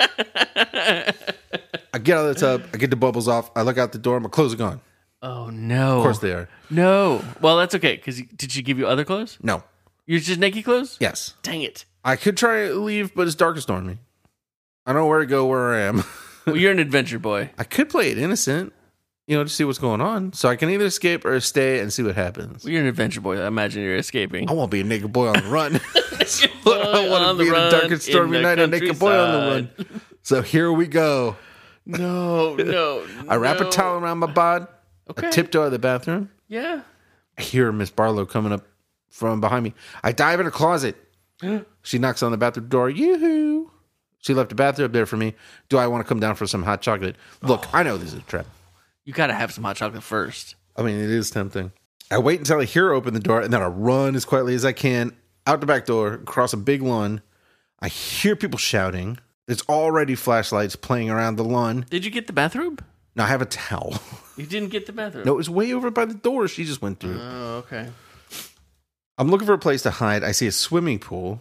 B: I get out of the tub. I get the bubbles off. I look out the door. My clothes are gone.
A: Oh no!
B: Of course they are.
A: No. Well, that's okay. Because did she give you other clothes?
B: No.
A: You're just naked clothes.
B: Yes.
A: Dang it!
B: I could try to leave, but it's dark and stormy. I don't know where to go, where I am.
A: Well, you're an adventure boy.
B: I could play it innocent, you know, to see what's going on. So I can either escape or stay and see what happens.
A: Well, you're an adventure boy. I imagine you're escaping.
B: I won't be a naked boy on the run. I
A: boy
B: want
A: on
B: to be
A: the
B: in a dark
A: run in
B: and stormy
A: the
B: night and naked boy on the run. So here we go.
A: No, no.
B: I wrap
A: no.
B: a towel around my bod.
A: Okay.
B: I tiptoe out of the bathroom.
A: Yeah.
B: I hear Miss Barlow coming up from behind me. I dive in a closet. she knocks on the bathroom door. Yoo-hoo. She left the bathroom there for me. Do I want to come down for some hot chocolate? Look, I know this is a trap.
A: You gotta have some hot chocolate first.
B: I mean, it is tempting. I wait until I hear her open the door, and then I run as quietly as I can out the back door, across a big lawn. I hear people shouting. There's already flashlights playing around the lawn.
A: Did you get the bathroom?
B: Now I have a towel.
A: You didn't get the bathroom.
B: no, it's way over by the door she just went through.
A: Oh, okay.
B: I'm looking for a place to hide. I see a swimming pool.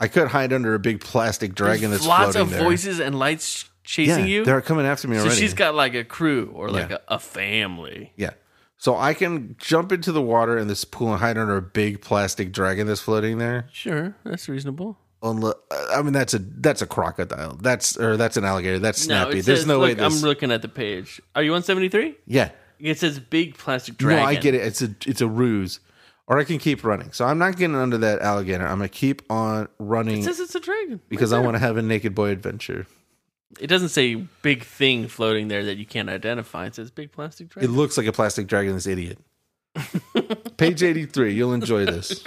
B: I could hide under a big plastic dragon
A: There's
B: that's
A: lots
B: floating
A: of
B: there.
A: voices and lights
B: yeah,
A: chasing you.
B: they're coming after me
A: so
B: already.
A: she's got like a crew or like
B: Yeah.
A: a, a family.
B: yeah. So I can jump into the water in this pool and hide under a big plastic dragon that's floating there.
A: Sure, that's reasonable.
B: Unle- I mean, that's a that's a crocodile. That's or that's an alligator. That's
A: No,
B: snappy.
A: it
B: There's
A: says-
B: no way
A: look,
B: this.
A: I'm looking at the page. Are you on 73?
B: yeah.
A: It says big plastic
B: No,
A: dragon.
B: I get it. It's a it's a ruse. Or I can keep running. So I'm not getting under that alligator. I'm gonna keep on running
A: It says it's a dragon.
B: because I want to have a naked boy adventure.
A: It doesn't say big thing floating there that you can't identify. It says big plastic
B: It
A: dragon.
B: looks like a plastic dragon, this idiot. Page 83, you'll enjoy this.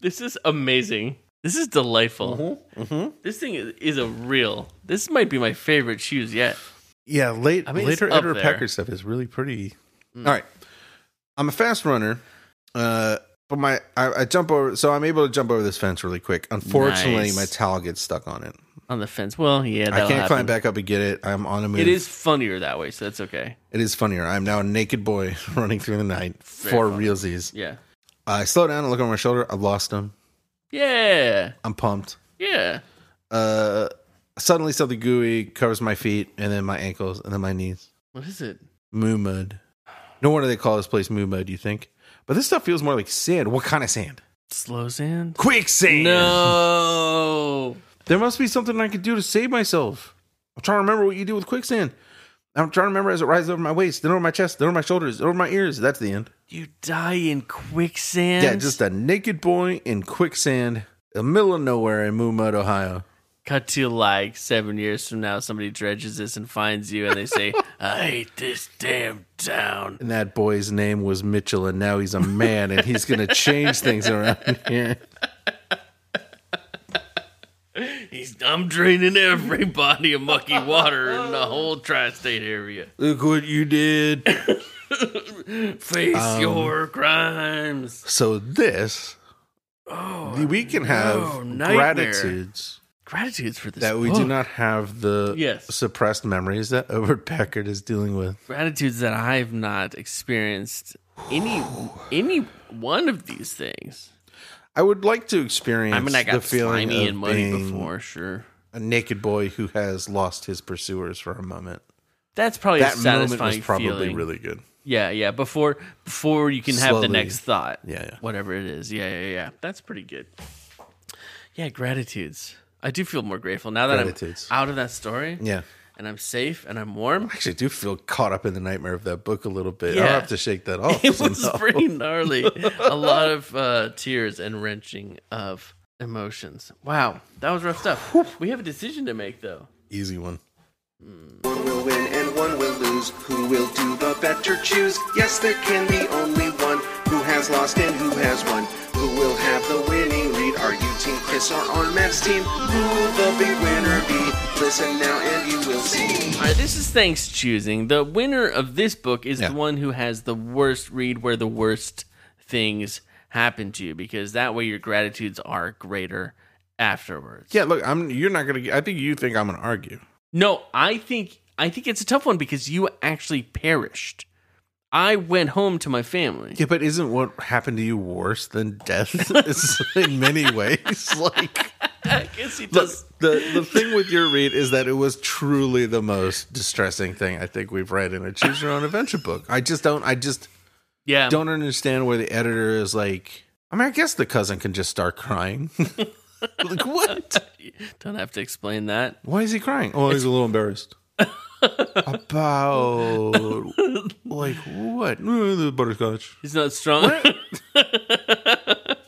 A: this is amazing. This is delightful.
B: Mm-hmm,
A: This thing is, is a real. This might be my favorite shoes yet.
B: Yeah, late,
A: I mean, it's
B: later
A: up
B: Edward
A: there. Mm.
B: Packer stuff is really pretty. All right. I'm a fast runner, uh, but my I, I jump over, so I'm able to jump over this fence really quick. Unfortunately,
A: Nice.
B: my towel gets stuck on it.
A: on the fence. Well, yeah,
B: I
A: that'll
B: can't
A: happen.
B: climb back up and get it. I'm on a move.
A: It is funnier that way, so that's okay.
B: It is funnier. I'm now a naked boy running through the night for realsies.
A: Yeah,
B: I slow down and look over my shoulder. I've lost him.
A: yeah,
B: I'm pumped.
A: yeah.
B: Uh, suddenly something gooey covers my feet and then my ankles and then my knees.
A: What is it?
B: Moo mud. No wonder they call this place moo mud. You think? But this stuff feels more like sand. What kind of sand?
A: Slow sand?
B: Quicksand.
A: No.
B: There must be something I could do to save myself. I'm trying to remember what you do with quicksand. I'm trying to remember as it rises over my waist, then over my chest, then over my shoulders, then over my ears. That's the end.
A: You die in quicksand?
B: Yeah, just a naked boy in quicksand, the middle of nowhere in Moo Mud, Ohio.
A: cut to like seven years from now. Somebody dredges this and finds you, and they say, "I hate this damn town."
B: And that boy's name was Mitchell, and now he's a man, and he's going to change things around here.
A: He's, I'm draining every body of mucky water in the whole tri-state area.
B: Look what you did.
A: Face
B: Um,
A: your crimes.
B: So, this, we can
A: Oh, no,
B: have
A: nightmare.
B: gratitudes
A: Gratitudes for this.
B: that we do
A: book.
B: not have the
A: Yes.
B: suppressed memories that Edward Packard is dealing with.
A: gratitudes that I've not experienced any any one of these things.
B: I would like to experience
A: I mean, I
B: the
A: got
B: feeling
A: slimy
B: of
A: and muddy
B: being
A: before, sure.
B: a naked boy who has lost his pursuers for a moment.
A: That's probably
B: that
A: a
B: moment
A: satisfying
B: was probably
A: feeling.
B: really good.
A: Yeah, yeah. Before before you can have
B: Slowly.
A: the next thought.
B: Yeah, yeah.
A: Whatever it is. Yeah, yeah, yeah. That's pretty good. Yeah, gratitudes. I do feel more grateful now that
B: Gratitudes.
A: I'm out of that story.
B: Yeah.
A: And I'm safe and I'm warm.
B: I actually do feel caught up in the nightmare of that book a little bit. I'll
A: Yeah.
B: have to shake that off.
A: It was
B: somehow.
A: pretty gnarly. a lot of uh, tears and wrenching of emotions. Wow, that was rough stuff. We have a decision to make though.
B: Easy one.
E: One will win and one will lose. Who will do the better choose? Yes, there can be only one who has lost and who has won. Who will have the winning lead? Are you Team Chris or on Matt's team? Who will the big winner be? Listen now and you will see.
A: All right, this is thanks choosing. The winner of this book is
B: Yeah.
A: the one who has the worst read where the worst things happen to you because that way your gratitudes are greater afterwards.
B: Yeah, look, I'm. You're not gonna. I think you think I'm gonna argue.
A: No, I think I think it's a tough one because you actually perished. I went home to my family.
B: Yeah, but isn't what happened to you worse than death? It's in many ways, like.
A: I guess he
B: Look,
A: does.
B: the the thing with your read is that it was truly the most distressing thing I think we've read in a choose your own adventure book. I just don't I just
A: yeah.
B: don't understand where the editor is like I mean I guess the cousin can just start crying. like what?
A: Don't have to explain that.
B: Why is he crying? Oh, he's a little embarrassed. About like what? Uh, the butterscotch.
A: He's not strong. uh,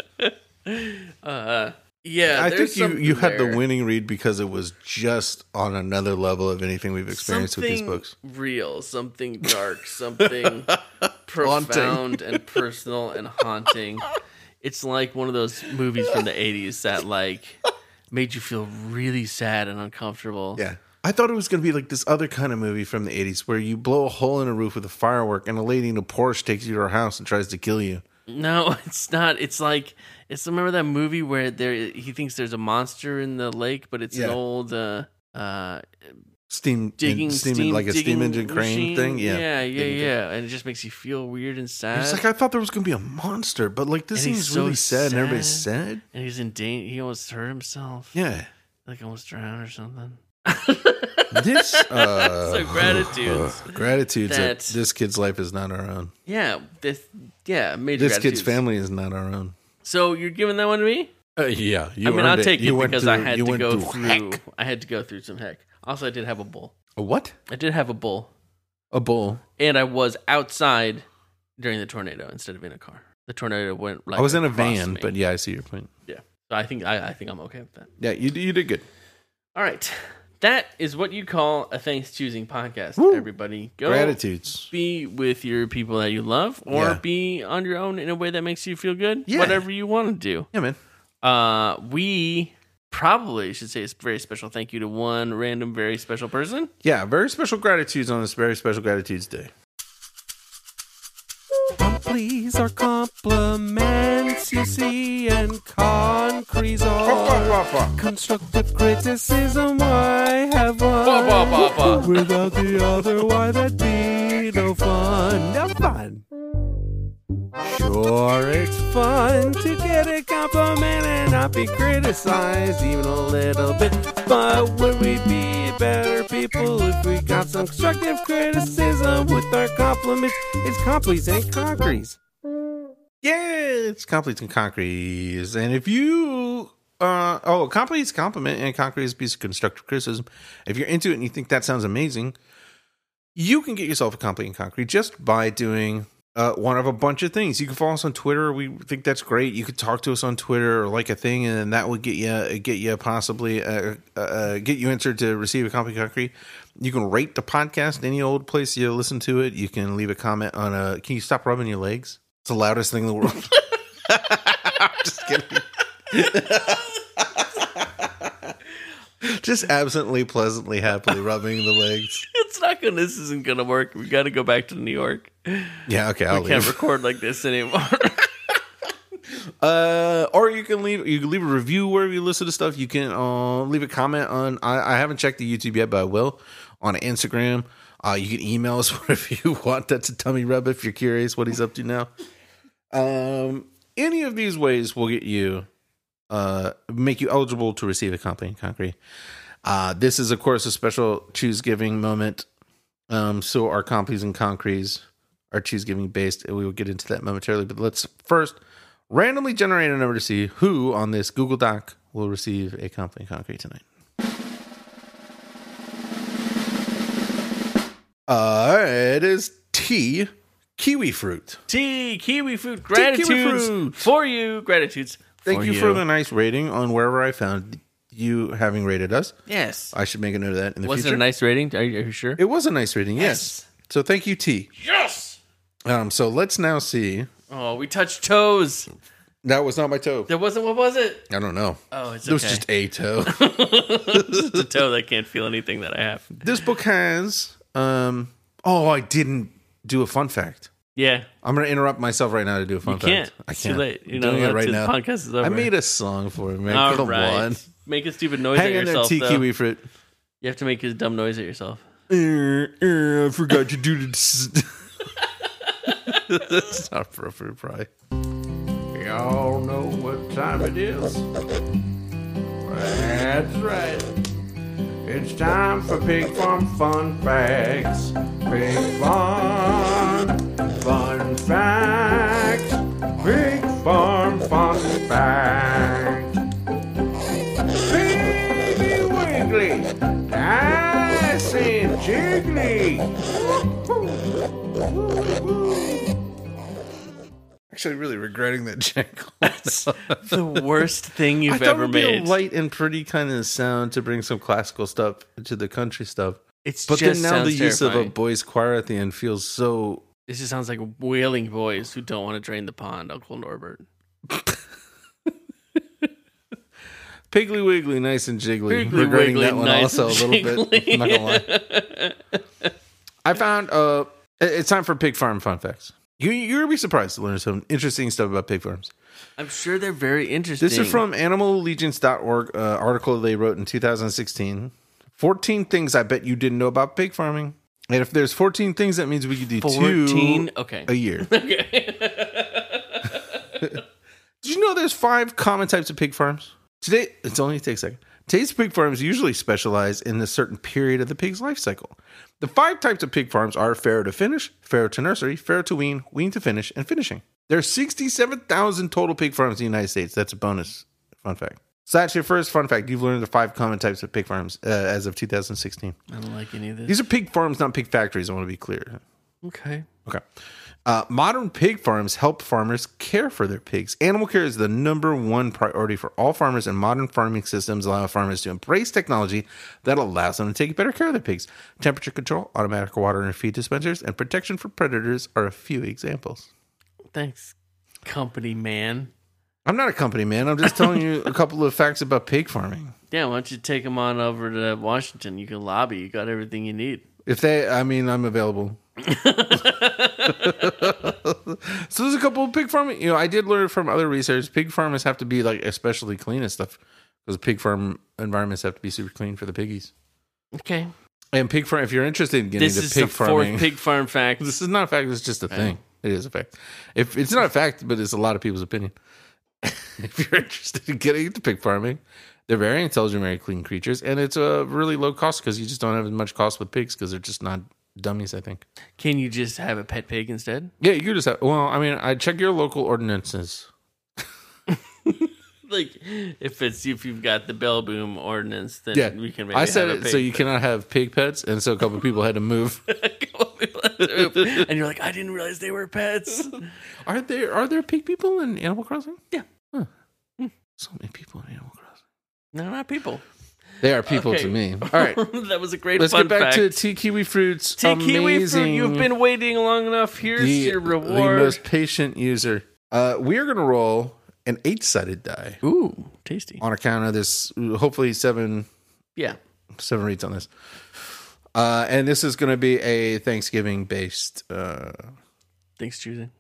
A: Uh, yeah,
B: I
A: there's
B: think you, you
A: something
B: had
A: there.
B: the winning read because it was just on another level of anything we've experienced with these
A: Something
B: books.
A: Real, something dark, something profound and personal and haunting. It's like one of those movies from the '80s that like made you feel really sad and uncomfortable.
B: Yeah. I thought it was going to be like this other kind of movie from the 80s where you blow a hole in a roof with a firework and a lady in a Porsche takes you to her house and tries to kill you.
A: No, it's not. It's like it's remember that movie where there he thinks there's a monster in the lake, but it's an
B: Yeah.
A: old uh, uh,
B: Steam,
A: digging
B: and steam,
A: steam
B: like a steam
A: digging
B: engine crane
A: machine.
B: thing. Yeah.
A: yeah, yeah,
B: Digging-
A: yeah. And it just makes you feel weird and sad.
B: It's like I thought there was going to be a monster, but like this
A: And he's
B: seems
A: so
B: really sad, and everybody's
A: sad.
B: sad.
A: and he's in danger. He almost hurt himself.
B: Yeah.
A: like almost drowned or something.
B: This uh,
A: So gratitudes.
B: gratitudes that
A: That's-
B: this kid's life is not our own.
A: Yeah, this yeah major.
B: This kid's
A: gratitudes.
B: family is not our own.
A: So you're giving that one to me?
B: Uh, yeah, you
A: I mean, I'll
B: earned
A: take it,
B: You went
A: because I
B: through-
A: had
B: you
A: to
B: went
A: go
B: through
A: through.
B: heck.
A: I had to go through some heck. Also, I did have a bull.
B: A what?
A: I did have a bull,
B: A bull.
A: and I was outside during the tornado instead of in a car. The tornado went. Like
B: I was in a
A: across
B: van,
A: me.
B: but yeah, I see your point.
A: yeah. So I think I, I think I'm okay with that.
B: Yeah, you you did good.
A: All right, that is what you call a thanks choosing podcast. Everybody, go
B: Gratitudes.
A: be with your people that you love or
B: Yeah.
A: be on your own in a way that makes you feel good
B: Yeah.
A: whatever you want to
B: Yeah, man.
A: do uh we probably should say a very special thank you to one random very special person
B: Yeah, very special gratitudes on this very special gratitudes day.
F: Bum,
C: please are compliments you see and concretes are constructive criticism why have
A: Ba, ba, ba, ba.
C: one without the other why that be no fun no fun Sure, it's fun to get a compliment and not be criticized even a little bit. But would we be better people if we got some constructive criticism with our compliments? It's compliments and concretes.
B: Yeah, it's completes and concretes. And if you uh oh, completes compliment and concrete is a piece of constructive criticism. If you're into it and you think that sounds amazing, you can get yourself a complete and concrete just by doing uh, one of a bunch of things. You can follow us on Twitter. We think that's great. You could talk to us on Twitter or like a thing, and then that would get you get you possibly uh, uh, uh, get you entered to receive a complete and concrete. You can rate the podcast any old place you listen to it. You can leave a comment on a. Can you stop rubbing your legs? It's the loudest thing in the world. I'm just kidding. just absently, pleasantly, happily rubbing the legs.
A: It's not gonna. This isn't gonna work. We got to go back to New York.
B: Yeah, okay, I'll
A: We
B: leave.
A: can't record like this anymore.
B: Uh, or you can leave you can leave a review wherever you listen to stuff. You can uh, leave a comment on. I, I haven't checked the YouTube yet, but I will on Instagram. Uh, you can email us whatever you want. That's a tummy rub if you're curious what he's up to now. Um, any of these ways will get you, uh, make you eligible to receive a compliment in concrete. Uh, this is of course a special choose giving moment. Um, so our compies and concretes are choose giving based, and we will get into that momentarily. But let's first randomly generate a number to see who on this Google Doc will receive a compliment concrete tonight. Uh, it is T, kiwi fruit.
A: Tea, kiwi fruit,
B: kiwi
A: gratitudes
B: fruit.
A: for you, gratitudes.
B: Thank you, for the nice rating on wherever I found you having rated us.
A: yes.
B: I should make a note of that in the
A: Was it
B: future.
A: a nice rating? Are you, are you sure?
B: It was a nice rating, yes. So thank you, T.
A: yes.
B: Um, so let's now see.
A: Oh, we touched toes.
B: That was not my toe.
A: There wasn't. What was it?
B: I don't know.
A: Oh, it's
B: It was
A: okay.
B: just a toe.
A: It's a toe that can't feel anything that I have.
B: this book has. Um, oh, I didn't do a fun fact.
A: Yeah,
B: I'm going to interrupt myself right now to do a fun fact.
A: can't.
B: I
A: It's
B: can't.
A: Too late. You
B: I'm
A: know,
B: doing it
A: that's
B: right
A: it.
B: now.
A: Podcast is over.
B: I made a song for it, man.
A: All
B: Come
A: right.
B: on.
A: Make a stupid noise
B: Hang
A: at
B: in there,
A: yourself.
B: T. E,
A: though.
B: Kiwi fruit.
A: You have to make a dumb noise at yourself.
B: Er, er, I forgot to do this. That's not appropriate, probably.
C: Y'all know what time it is. That's right. It's time for Pig Farm Fun Facts. Pig Farm Fun Facts. Pig Farm Fun Facts. Piggly Wiggly. Nice and jiggly.
B: Actually, really regretting that jingle.
A: That's the worst thing
B: I
A: you've
B: thought it
A: ever
B: would be a
A: made.
B: light and pretty kind of sound to bring some classical stuff to the country stuff.
A: it's
B: But
A: just
B: then now the
A: sounds
B: use of a
A: terrifying.
B: boys' choir at the end feels so.
A: This just sounds like wailing boys who don't want to drain the pond, Uncle Norbert.
B: Piggly Wiggly, nice and jiggly.
A: Piggly
B: Regretting
A: Wiggly,
B: that one
A: nice
B: also a
A: and
B: little bit.
A: jiggly.
B: I'm not gonna lie. I found uh, it- it's time for pig farm fun facts. You you're gonna be surprised to learn some interesting stuff about pig farms.
A: I'm sure they're very interesting.
B: This is from animalallegiance.org uh, article they wrote in 2016. 14 things I bet you didn't know about pig farming. And if there's 14 things, that means we could do
A: 14.
B: two
A: Okay.
B: a year. Did you know there's five common types of pig farms? Today, it's only takes a second. Today's pig farms usually specialize in a certain period of the pig's life cycle. The five types of pig farms are farrow to finish, farrow to nursery, farrow to wean, wean to finish, and finishing. There are 67,000 total pig farms in the United States. That's a bonus fun fact. So that's your first fun fact. You've learned the five common types of pig farms uh, as of 2016.
A: I don't like any of this.
B: These are pig farms, not pig factories. I want to be clear.
A: Okay.
B: Okay. Uh, modern pig farms help farmers care for their pigs. Animal care is the number one priority for all farmers, and modern farming systems allow farmers to embrace technology that allows them to take better care of their pigs. Temperature control, automatic water and feed dispensers, and protection from predators are a few examples.
A: Thanks, company man.
B: I'm not a company man. I'm just telling you a couple of facts about pig farming.
A: Yeah, why don't you take them on over to Washington? You can lobby. You got everything you need.
B: If they, I mean, I'm available. So there's a couple of pig farming. You know, I did learn from other research. Pig farmers have to be like especially clean and stuff because pig farm environments have to be super clean for the piggies.
A: Okay.
B: And pig farm. If you're interested in getting
A: This
B: into
A: is
B: pig
A: the
B: farming,
A: fourth pig farm fact.
B: this is not a fact. It's just a thing. It is a fact. If it's not a fact, but it's a lot of people's opinion. if you're interested in getting into pig farming, they're very intelligent, very clean creatures, and it's a really low cost because you just don't have as much cost with pigs because they're just not dummies. I think.
A: Can you just have a pet pig instead?
B: Yeah, you could just have. Well, I mean, I check your local ordinances.
A: Like, if it's if you've got the bell boom ordinance, then
B: Yeah,
A: we can. Maybe
B: I said
A: have a
B: it
A: pig,
B: so you cannot have pig pets, and so a couple people had to move.
A: and you're like, I didn't realize they were pets.
B: Are there are there pig people in Animal Crossing?
A: Yeah. Hmm.
B: Huh. So many people in Animal Crossing.
A: No, not people.
B: They are people
A: Okay.
B: to me. All right,
A: that was a great
B: let's
A: fun
B: get back
A: fact.
B: to tea kiwi fruits.
A: Tea kiwi fruit.
B: Amazing.
A: You've been waiting long enough. Here's
B: the,
A: your
B: the
A: reward.
B: most patient user.
C: Uh, we are going to roll an eight sided die
A: Ooh, tasty.
B: On account of this, hopefully seven
A: Yeah.
B: seven reads on this. Uh, and this is going to be a Thanksgiving based uh,
A: Thanks, choosing.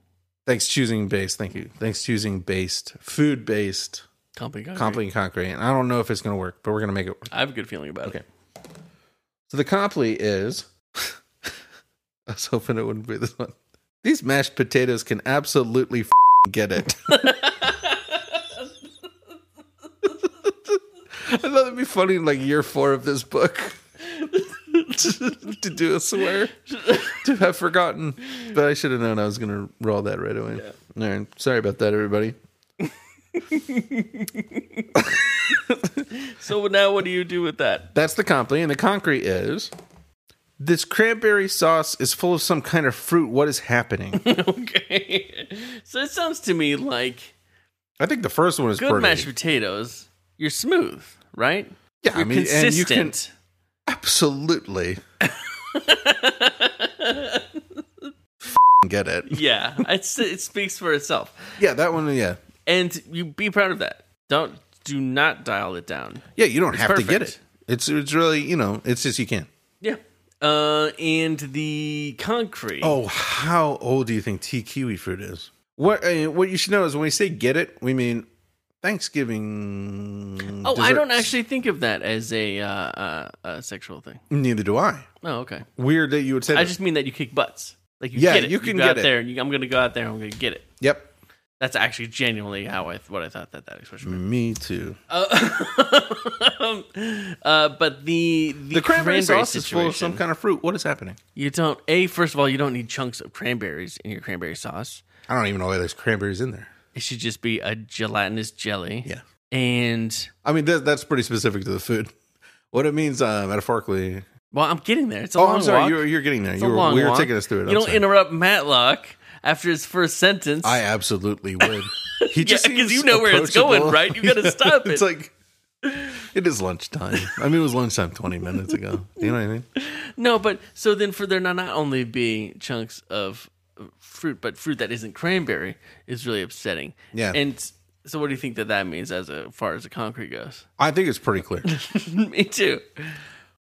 B: thanks choosing based. Thank you. Thanks choosing based food based
A: Company.
B: Complete and concrete. And I don't know if it's going to work, but we're going to make it work.
A: I have a good feeling about it.
B: So the Complete is. I was hoping it wouldn't be this one. These mashed potatoes can absolutely f- get it. I thought it'd be funny in like year four of this book to do a swear, to have forgotten. But I should have known I was going to roll that right away. All right. Sorry about that, everybody.
A: So now, what do you do with that?
B: That's the compli, and the concrete is this cranberry sauce is full of some kind of fruit. What is happening?
A: okay. So it sounds to me like
B: I think the first one is
A: good
B: pretty.
A: mashed potatoes. You're smooth, right?
B: yeah, I
A: You're
B: mean, and you
A: consistent.
B: can absolutely F***ing get it.
A: yeah, it's, it speaks for itself,
B: Yeah, that one. Yeah,
A: and you be proud of that. Don't do not dial it down.
B: yeah, you don't have to get
A: perfect.
B: it. It's it's really you know it's just you can.
A: Yeah. Uh, and the concrete.
B: Oh, how old do you think tea kiwi fruit is? What I mean, what you should know is when we say get it, we mean Thanksgiving.
A: Oh, I don't
B: desserts.
A: actually think of that as a uh, uh, uh, sexual thing.
B: Neither do I.
A: Oh, okay.
B: Weird that you would say.
A: I
B: that.
A: just mean that you kick butts. Like you
B: Yeah,
A: get it.
B: you can
A: go out
B: get it.
A: there. and You, I'm gonna go out there. and I'm gonna get it.
B: Yep.
A: That's actually genuinely how I what I thought that that expression. Meant.
B: Me too.
A: Uh, uh, but the the,
B: Mm-hmm. The cranberry, sauce is
A: situation,
B: full of some kind of fruit. What is happening?
A: You don't a first of all you don't need chunks of cranberries in your cranberry sauce.
B: I don't even know why there's cranberries in there.
A: It should just be a gelatinous jelly.
B: Yeah.
A: And
B: I mean, that, that's pretty specific to the food. What it means uh, metaphorically.
A: well, I'm getting there. It's a
B: Oh,
A: long
B: I'm sorry.
A: walk.
B: You're, you're getting there.
A: It's
B: You
A: a
B: were,
A: long
B: we were
A: walk.
B: taking us through it.
A: You
B: I'm
A: don't
B: sorry.
A: interrupt Matlock after his first sentence.
B: I absolutely would. He
A: yeah,
B: just
A: because you
B: seems
A: know where it's going,
B: approachable.
A: right? You got to stop it.
B: it's like it is lunchtime. I mean, it was lunchtime 20 minutes ago. You know what I mean?
A: No, but so then for there not not only be chunks of fruit, but fruit that isn't cranberry is really upsetting.
B: Yeah.
A: And so, what do you think that that means as a- far as the concrete goes?
B: I think it's pretty clear.
A: Me too.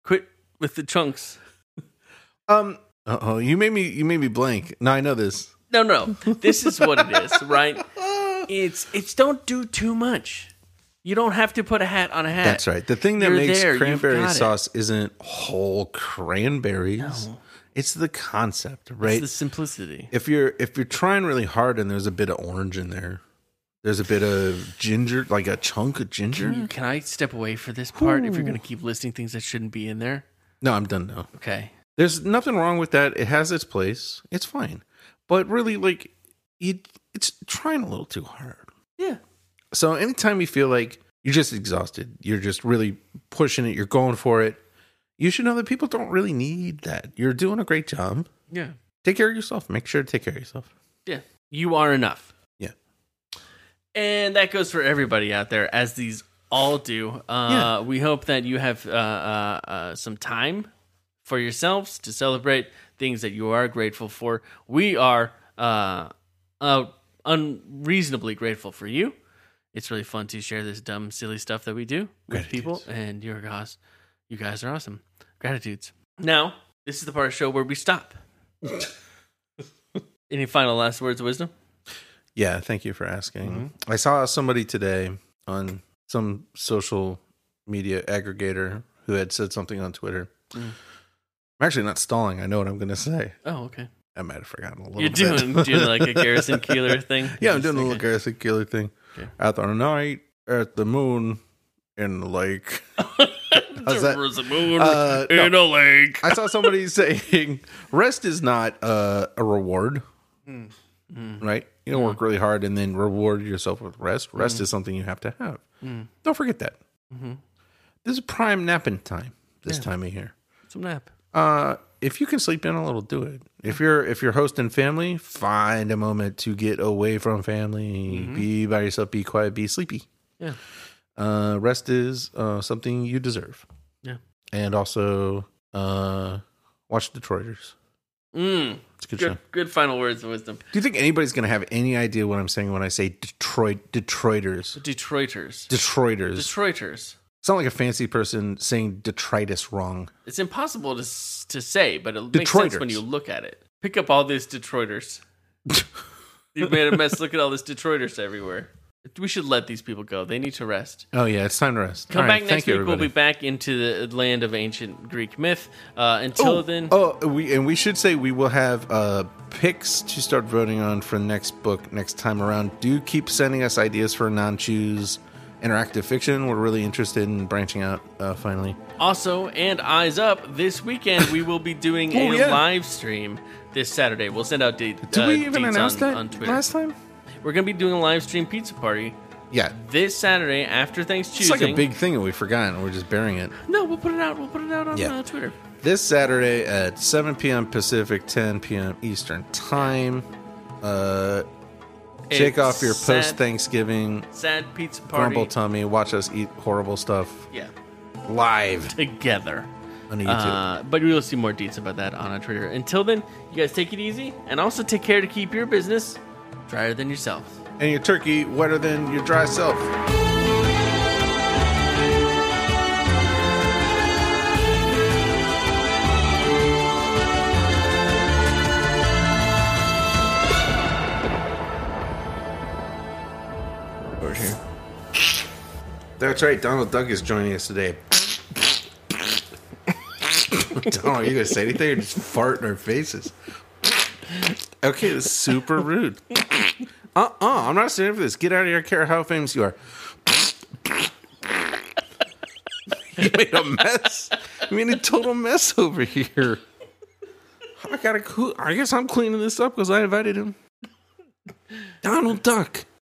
A: Quit with the chunks.
B: Um. Uh oh, you made me you made me blank. Now I know this.
A: No, no. This is what it is, right? It's it's don't do too much. You don't have to put a hat on a hat.
B: That's right. The thing that
A: You're
B: makes
A: there. You've
B: cranberry
A: got it.
B: sauce is isn't whole cranberries. It's the concept, right?
A: It's the simplicity.
B: if you're if you're trying really hard and there's a bit of orange in there, there's a bit of ginger, like a chunk of ginger.
A: Can I step away for this part if you're going to keep listing things that shouldn't be in there?
B: No, I'm done now.
A: Okay.
B: There's nothing wrong with that. It has its place. It's fine. But really like you it's trying a little too hard.
A: Yeah.
B: So anytime you feel like you're just exhausted, you're just really pushing it, you're going for it, you should know that people don't really need that. You're doing a great job.
A: Yeah.
B: Take care of yourself. Make sure to take care of yourself.
A: Yeah. You are enough.
B: Yeah.
A: And that goes for everybody out there, as these all do. Uh,
B: Yeah.
A: We hope that you have uh, uh, uh, some time for yourselves to celebrate things that you are grateful for. We are uh, uh, unreasonably grateful for you. It's really fun to share this dumb, silly stuff that we do with people, and your guys, you guys are awesome. Gratitudes. Now, this is the part of the show where we stop Any final last words of wisdom?
B: Yeah, thank you for asking.
A: Mm-hmm.
B: I saw somebody today on some social media aggregator who had said something on Twitter.
A: Mm.
B: I'm actually not stalling. I know what I'm going to say.
A: Oh, okay.
B: I might have forgotten a little
A: You're
B: bit.
A: doing doing like a Garrison Keeler thing.
B: Yeah, I'm doing a little
A: Okay.
B: Garrison Keeler thing.
A: Okay.
B: At the night, at the moon, in the lake. How's
A: there
B: that?
A: was a moon
B: Uh,
A: in a lake.
B: I saw somebody saying rest is not uh, a reward, right? You don't work really hard and then reward yourself with rest. Rest is something you have to have. Don't forget that. This is prime napping time. This time of year.
A: Some nap.
B: Uh, if you can sleep in a little, do it. If you're if you're hosting family, find a moment to get away from family. Be by yourself. Be quiet. Be sleepy.
A: Yeah.
B: Uh, rest is uh, something you deserve.
A: Yeah.
B: And also, uh, watch Detroiters.
A: Mm.
B: It's a good,
A: Good
B: show.
A: good final words of wisdom.
B: Do you think anybody's going to have any idea what I'm saying when I say Detroit Detroiters?
A: Detroiters.
B: Detroiters.
A: Detroiters.
B: it's not like a fancy person saying detritus wrong.
A: It's impossible to s- to say, but it makes sense
B: Detroiters.
A: when you look at it. Pick up all these Detroiters. you made a mess. Look at all this Detroiters everywhere. We should let these people go. They need to rest.
B: Oh yeah, it's time to rest.
A: Come
B: All
A: back
B: right,
A: next
B: thank you,
A: week. We'll be
B: everybody.
A: back into the land of ancient Greek myth. Uh, until then,
B: Oh, we and we should say we will have uh, picks to start voting on for the next book next time around. Do keep sending us ideas for non-choose interactive fiction. We're really interested in branching out. Uh, finally,
A: also, and eyes up. This weekend we will be doing
B: Oh,
A: a
B: yeah.
A: live stream this Saturday. We'll send out dates.
B: did
A: uh,
B: we even
A: dates
B: announce
A: on,
B: that
A: on Twitter?
B: last time?
A: We're gonna be doing a live stream pizza party
B: Yeah,
A: this Saturday after Thanksgiving.
B: it's like a big thing that we forgot and we're just burying it.
A: No, we'll put it out. We'll put it out on
B: Yeah.
A: uh, Twitter.
B: this Saturday at 7 p.m. Pacific, 10 p.m. Eastern Time. Uh, take
A: It's
B: off your
A: sad-
B: post Thanksgiving
A: Sad pizza party.
B: grumble tummy. Watch us eat horrible stuff
A: yeah,
B: live
A: together.
B: on YouTube.
A: Uh, but we will see more deets about that on our Twitter. Until then, you guys take it easy and also take care to keep your business drier than yourself.
B: and your turkey wetter than your dry self. That's right. Donald Duck is joining us today. Donald, are you going to say anything or just fart in our faces? Okay, that's super rude. Uh uh-uh, uh, i am not standing for this. Get out of here. I don't care how famous you are. you made a mess. You made a total mess over here. I gotta. coo- I guess I'm cleaning this up because I invited him. Donald Duck.